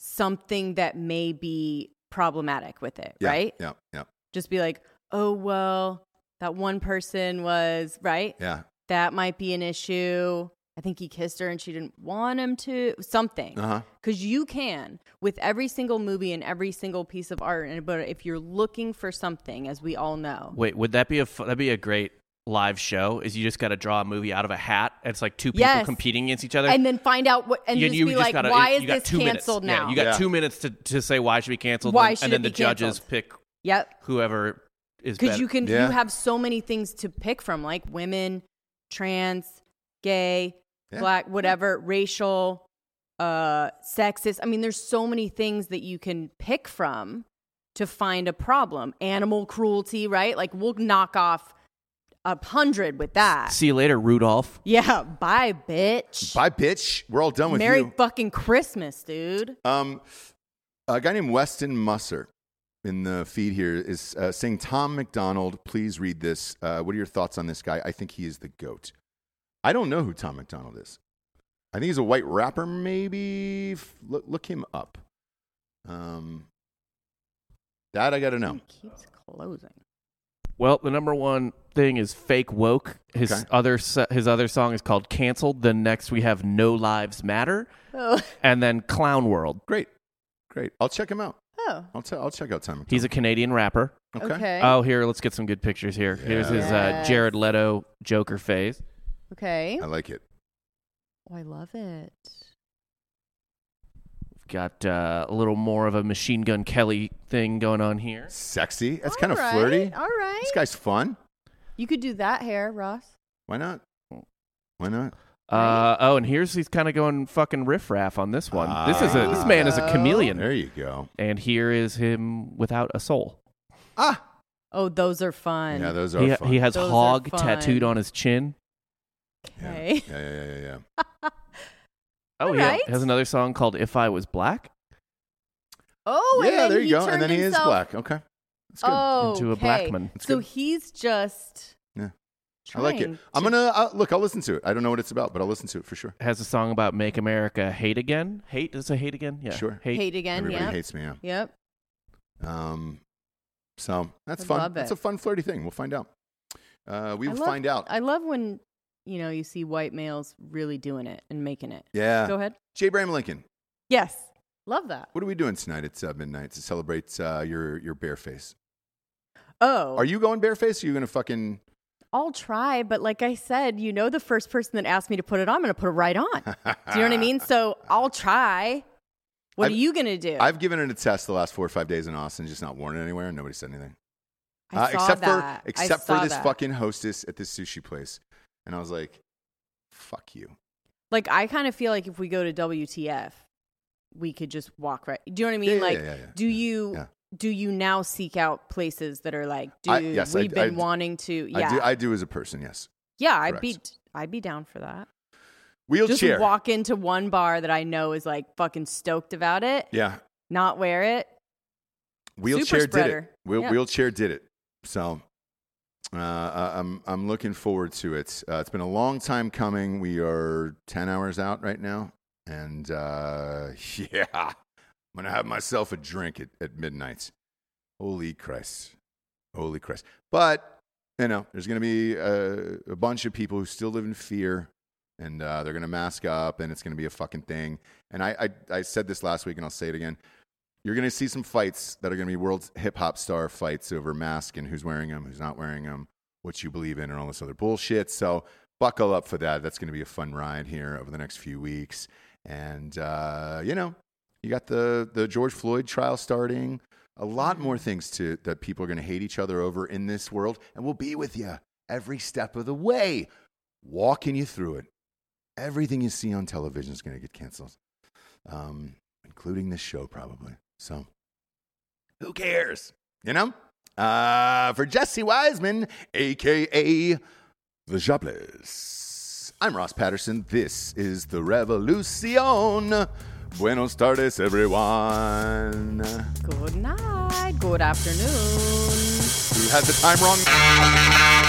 [SPEAKER 3] something that may be problematic with it,
[SPEAKER 1] Yeah,
[SPEAKER 3] right?
[SPEAKER 1] Yeah. Yeah.
[SPEAKER 3] Just be like, oh, well, that one person was, right?
[SPEAKER 1] Yeah.
[SPEAKER 3] that might be an issue. I think he kissed her and she didn't want him to, something.
[SPEAKER 1] Uh huh.
[SPEAKER 3] Because you can, with every single movie and every single piece of art, and but if you're looking for something, as we all know,
[SPEAKER 4] Wait, would that be a fu- that'd be a great live show? Is you just got to draw a movie out of a hat? And it's like two people
[SPEAKER 3] Yes.
[SPEAKER 4] competing against each other,
[SPEAKER 3] and then find out what, and
[SPEAKER 4] You-
[SPEAKER 3] just
[SPEAKER 4] you
[SPEAKER 3] be like,
[SPEAKER 4] gotta-
[SPEAKER 3] why
[SPEAKER 4] you
[SPEAKER 3] is
[SPEAKER 4] got
[SPEAKER 3] this
[SPEAKER 4] two minutes.
[SPEAKER 3] canceled
[SPEAKER 4] Yeah,
[SPEAKER 3] now?
[SPEAKER 4] you got
[SPEAKER 1] Yeah.
[SPEAKER 4] two minutes to, to say why it should be canceled.
[SPEAKER 3] Why
[SPEAKER 4] and,
[SPEAKER 3] should
[SPEAKER 4] and then
[SPEAKER 3] it be
[SPEAKER 4] the judges
[SPEAKER 3] canceled?
[SPEAKER 4] pick
[SPEAKER 3] yep.
[SPEAKER 4] whoever is
[SPEAKER 3] Because
[SPEAKER 4] better.
[SPEAKER 3] you can,
[SPEAKER 1] Yeah.
[SPEAKER 3] you have so many things to pick from, like women, trans, gay,
[SPEAKER 1] Yeah.
[SPEAKER 3] black, whatever, racial, uh, sexist. I mean, there's so many things that you can pick from. to find a problem. Animal cruelty, right? Like we'll knock off a hundred with that.
[SPEAKER 4] See you later, Rudolph.
[SPEAKER 3] Yeah, bye, bitch.
[SPEAKER 1] Bye, bitch. We're all done with
[SPEAKER 3] Merry
[SPEAKER 1] you.
[SPEAKER 3] fucking Christmas, dude.
[SPEAKER 1] Um, a guy named Weston Musser in the feed here is uh, saying, Tom McDonald, please read this. Uh, what are your thoughts on this guy? I think he is the GOAT. I don't know who Tom McDonald is. I think he's a white rapper, maybe. F- Look, look him up. Um, that I got to know.
[SPEAKER 3] He keeps closing.
[SPEAKER 4] Well, the number one thing is fake woke. His
[SPEAKER 1] Okay.
[SPEAKER 4] other se- his other song is called "Canceled." Then next we have "No Lives Matter,"
[SPEAKER 3] Oh,
[SPEAKER 4] and then "Clown World."
[SPEAKER 1] Great. Great. I'll check him out.
[SPEAKER 3] oh.
[SPEAKER 1] I'll, t- I'll check out Tom McDonald.
[SPEAKER 4] He's a Canadian rapper.
[SPEAKER 3] okay.
[SPEAKER 1] okay.
[SPEAKER 4] Oh, here, let's get some good pictures here. Here's his uh,
[SPEAKER 3] Yes.
[SPEAKER 4] Jared Leto Joker face.
[SPEAKER 3] Okay.
[SPEAKER 1] I like it.
[SPEAKER 3] Oh, I love it.
[SPEAKER 4] Got uh, a little more of a Machine Gun Kelly thing going on here.
[SPEAKER 1] Sexy. That's kind of
[SPEAKER 3] All right,
[SPEAKER 1] flirty.
[SPEAKER 3] All right.
[SPEAKER 1] This guy's fun.
[SPEAKER 3] you could do that hair, Ross.
[SPEAKER 1] Why not? Why not?
[SPEAKER 4] Uh, oh, and here's he's kind of going fucking riffraff on this one. this is a this man is a
[SPEAKER 3] Ah.
[SPEAKER 4] chameleon,
[SPEAKER 1] There you go.
[SPEAKER 4] and here is him without a soul.
[SPEAKER 1] Ah,
[SPEAKER 3] Oh, those are fun.
[SPEAKER 1] yeah, those are
[SPEAKER 4] He,
[SPEAKER 1] fun.
[SPEAKER 4] he has
[SPEAKER 3] Those are
[SPEAKER 4] hog
[SPEAKER 3] fun.
[SPEAKER 4] tattooed on his chin.
[SPEAKER 1] Yeah.
[SPEAKER 3] okay.
[SPEAKER 1] Yeah, yeah, yeah, yeah, yeah.
[SPEAKER 4] Oh,
[SPEAKER 3] All
[SPEAKER 4] he ha-
[SPEAKER 3] right.
[SPEAKER 4] has another song called "If I Was Black"
[SPEAKER 3] Oh, and
[SPEAKER 1] yeah,
[SPEAKER 3] then
[SPEAKER 1] there you
[SPEAKER 3] he
[SPEAKER 1] go. And
[SPEAKER 3] turned
[SPEAKER 1] then he is
[SPEAKER 3] himself-
[SPEAKER 1] black. Okay. That's good.
[SPEAKER 3] Oh,
[SPEAKER 4] into a
[SPEAKER 3] okay.
[SPEAKER 4] black man.
[SPEAKER 1] That's
[SPEAKER 3] so
[SPEAKER 1] good.
[SPEAKER 3] he's just.
[SPEAKER 1] Yeah. I like
[SPEAKER 3] trying
[SPEAKER 1] it. I'm
[SPEAKER 3] to-
[SPEAKER 1] going to uh, look, I'll listen to it. I don't know what it's about, but I'll listen to it for sure.
[SPEAKER 4] has a song about "Make America Hate Again." Hate is it hate again? Yeah,
[SPEAKER 1] Sure.
[SPEAKER 4] Hate.
[SPEAKER 3] hate again.
[SPEAKER 1] Everybody
[SPEAKER 3] Yep.
[SPEAKER 1] hates me. Yeah.
[SPEAKER 3] Yep.
[SPEAKER 1] Um, so that's
[SPEAKER 3] I
[SPEAKER 1] fun.
[SPEAKER 3] love
[SPEAKER 1] That's
[SPEAKER 3] it.
[SPEAKER 1] a fun, flirty thing. We'll find out. Uh, we
[SPEAKER 3] I
[SPEAKER 1] will
[SPEAKER 3] love-
[SPEAKER 1] find out.
[SPEAKER 3] I love when you know you see white males really doing it and making it.
[SPEAKER 1] yeah.
[SPEAKER 3] Go ahead.
[SPEAKER 1] Jay Bram Lincoln,
[SPEAKER 3] Yes, love that.
[SPEAKER 1] what are we doing tonight at uh, midnight to celebrate uh, your, your bare face?
[SPEAKER 3] Oh,
[SPEAKER 1] Are you going bareface? Or are you going to fucking.
[SPEAKER 3] I'll try, but like I said, you know, the first person that asked me to put it on, I'm gonna put it right on. Do you know what I mean? So I'll try. What
[SPEAKER 1] I've-
[SPEAKER 3] are you gonna do?
[SPEAKER 1] I've given it a test the last four or five days in Austin, just not worn it anywhere, and nobody said anything.
[SPEAKER 3] I
[SPEAKER 1] Uh,
[SPEAKER 3] saw
[SPEAKER 1] except
[SPEAKER 3] that.
[SPEAKER 1] for
[SPEAKER 3] I
[SPEAKER 1] except for
[SPEAKER 3] saw
[SPEAKER 1] this
[SPEAKER 3] that.
[SPEAKER 1] fucking hostess at this sushi place, and I was like, "Fuck you."
[SPEAKER 3] Like I kind of feel like if we go to WTF, we could just walk right. Do you know what I mean?
[SPEAKER 1] Yeah, yeah,
[SPEAKER 3] like,
[SPEAKER 1] yeah, yeah, yeah.
[SPEAKER 3] do you
[SPEAKER 1] Yeah.
[SPEAKER 3] do you now seek out places that are like, dude,
[SPEAKER 1] I- yes, I-
[SPEAKER 3] we've been
[SPEAKER 1] I-
[SPEAKER 3] wanting to, yeah,
[SPEAKER 1] I do. I do as a person. Yes.
[SPEAKER 3] yeah, I'd
[SPEAKER 1] correct.
[SPEAKER 3] be, I'd be down for that. just
[SPEAKER 1] Wheelchair.
[SPEAKER 3] walk into one bar that I know is like fucking stoked about it,
[SPEAKER 1] yeah.
[SPEAKER 3] not wear it.
[SPEAKER 1] Wheelchair did it.
[SPEAKER 3] spreader.
[SPEAKER 1] Wheel,
[SPEAKER 3] Yeah.
[SPEAKER 1] Wheelchair did it. So. Uh, I- I'm I'm looking forward to it. Uh, it's been a long time coming. We are ten hours out right now, and uh, yeah, I'm gonna have myself a drink at, at midnight. Holy Christ! Holy Christ! But you know, there's going to be a, a bunch of people who still live in fear, and uh, they're going to mask up, and it's going to be a fucking thing. And I, I, I said this last week, and I'll say it again. You're going to see some fights that are going to be world hip hop star fights over mask and who's wearing them, who's not wearing them, what you believe in, and all this other bullshit. So buckle up for that. That's going to be a fun ride here over the next few weeks. And uh, you know, you got the the George Floyd trial starting. A lot more things to that people are going to hate each other over in this world, and we'll be with you every step of the way, walking you through it. Everything you see on television is going to get canceled, um, including this show probably. So, who cares? You know. Uh, for Jesse Wiseman, aka the Jobless. I'm Ross Patterson. This is the Revolucion. Buenos tardes, everyone. Who
[SPEAKER 3] Good night. Good afternoon.
[SPEAKER 1] had the time wrong?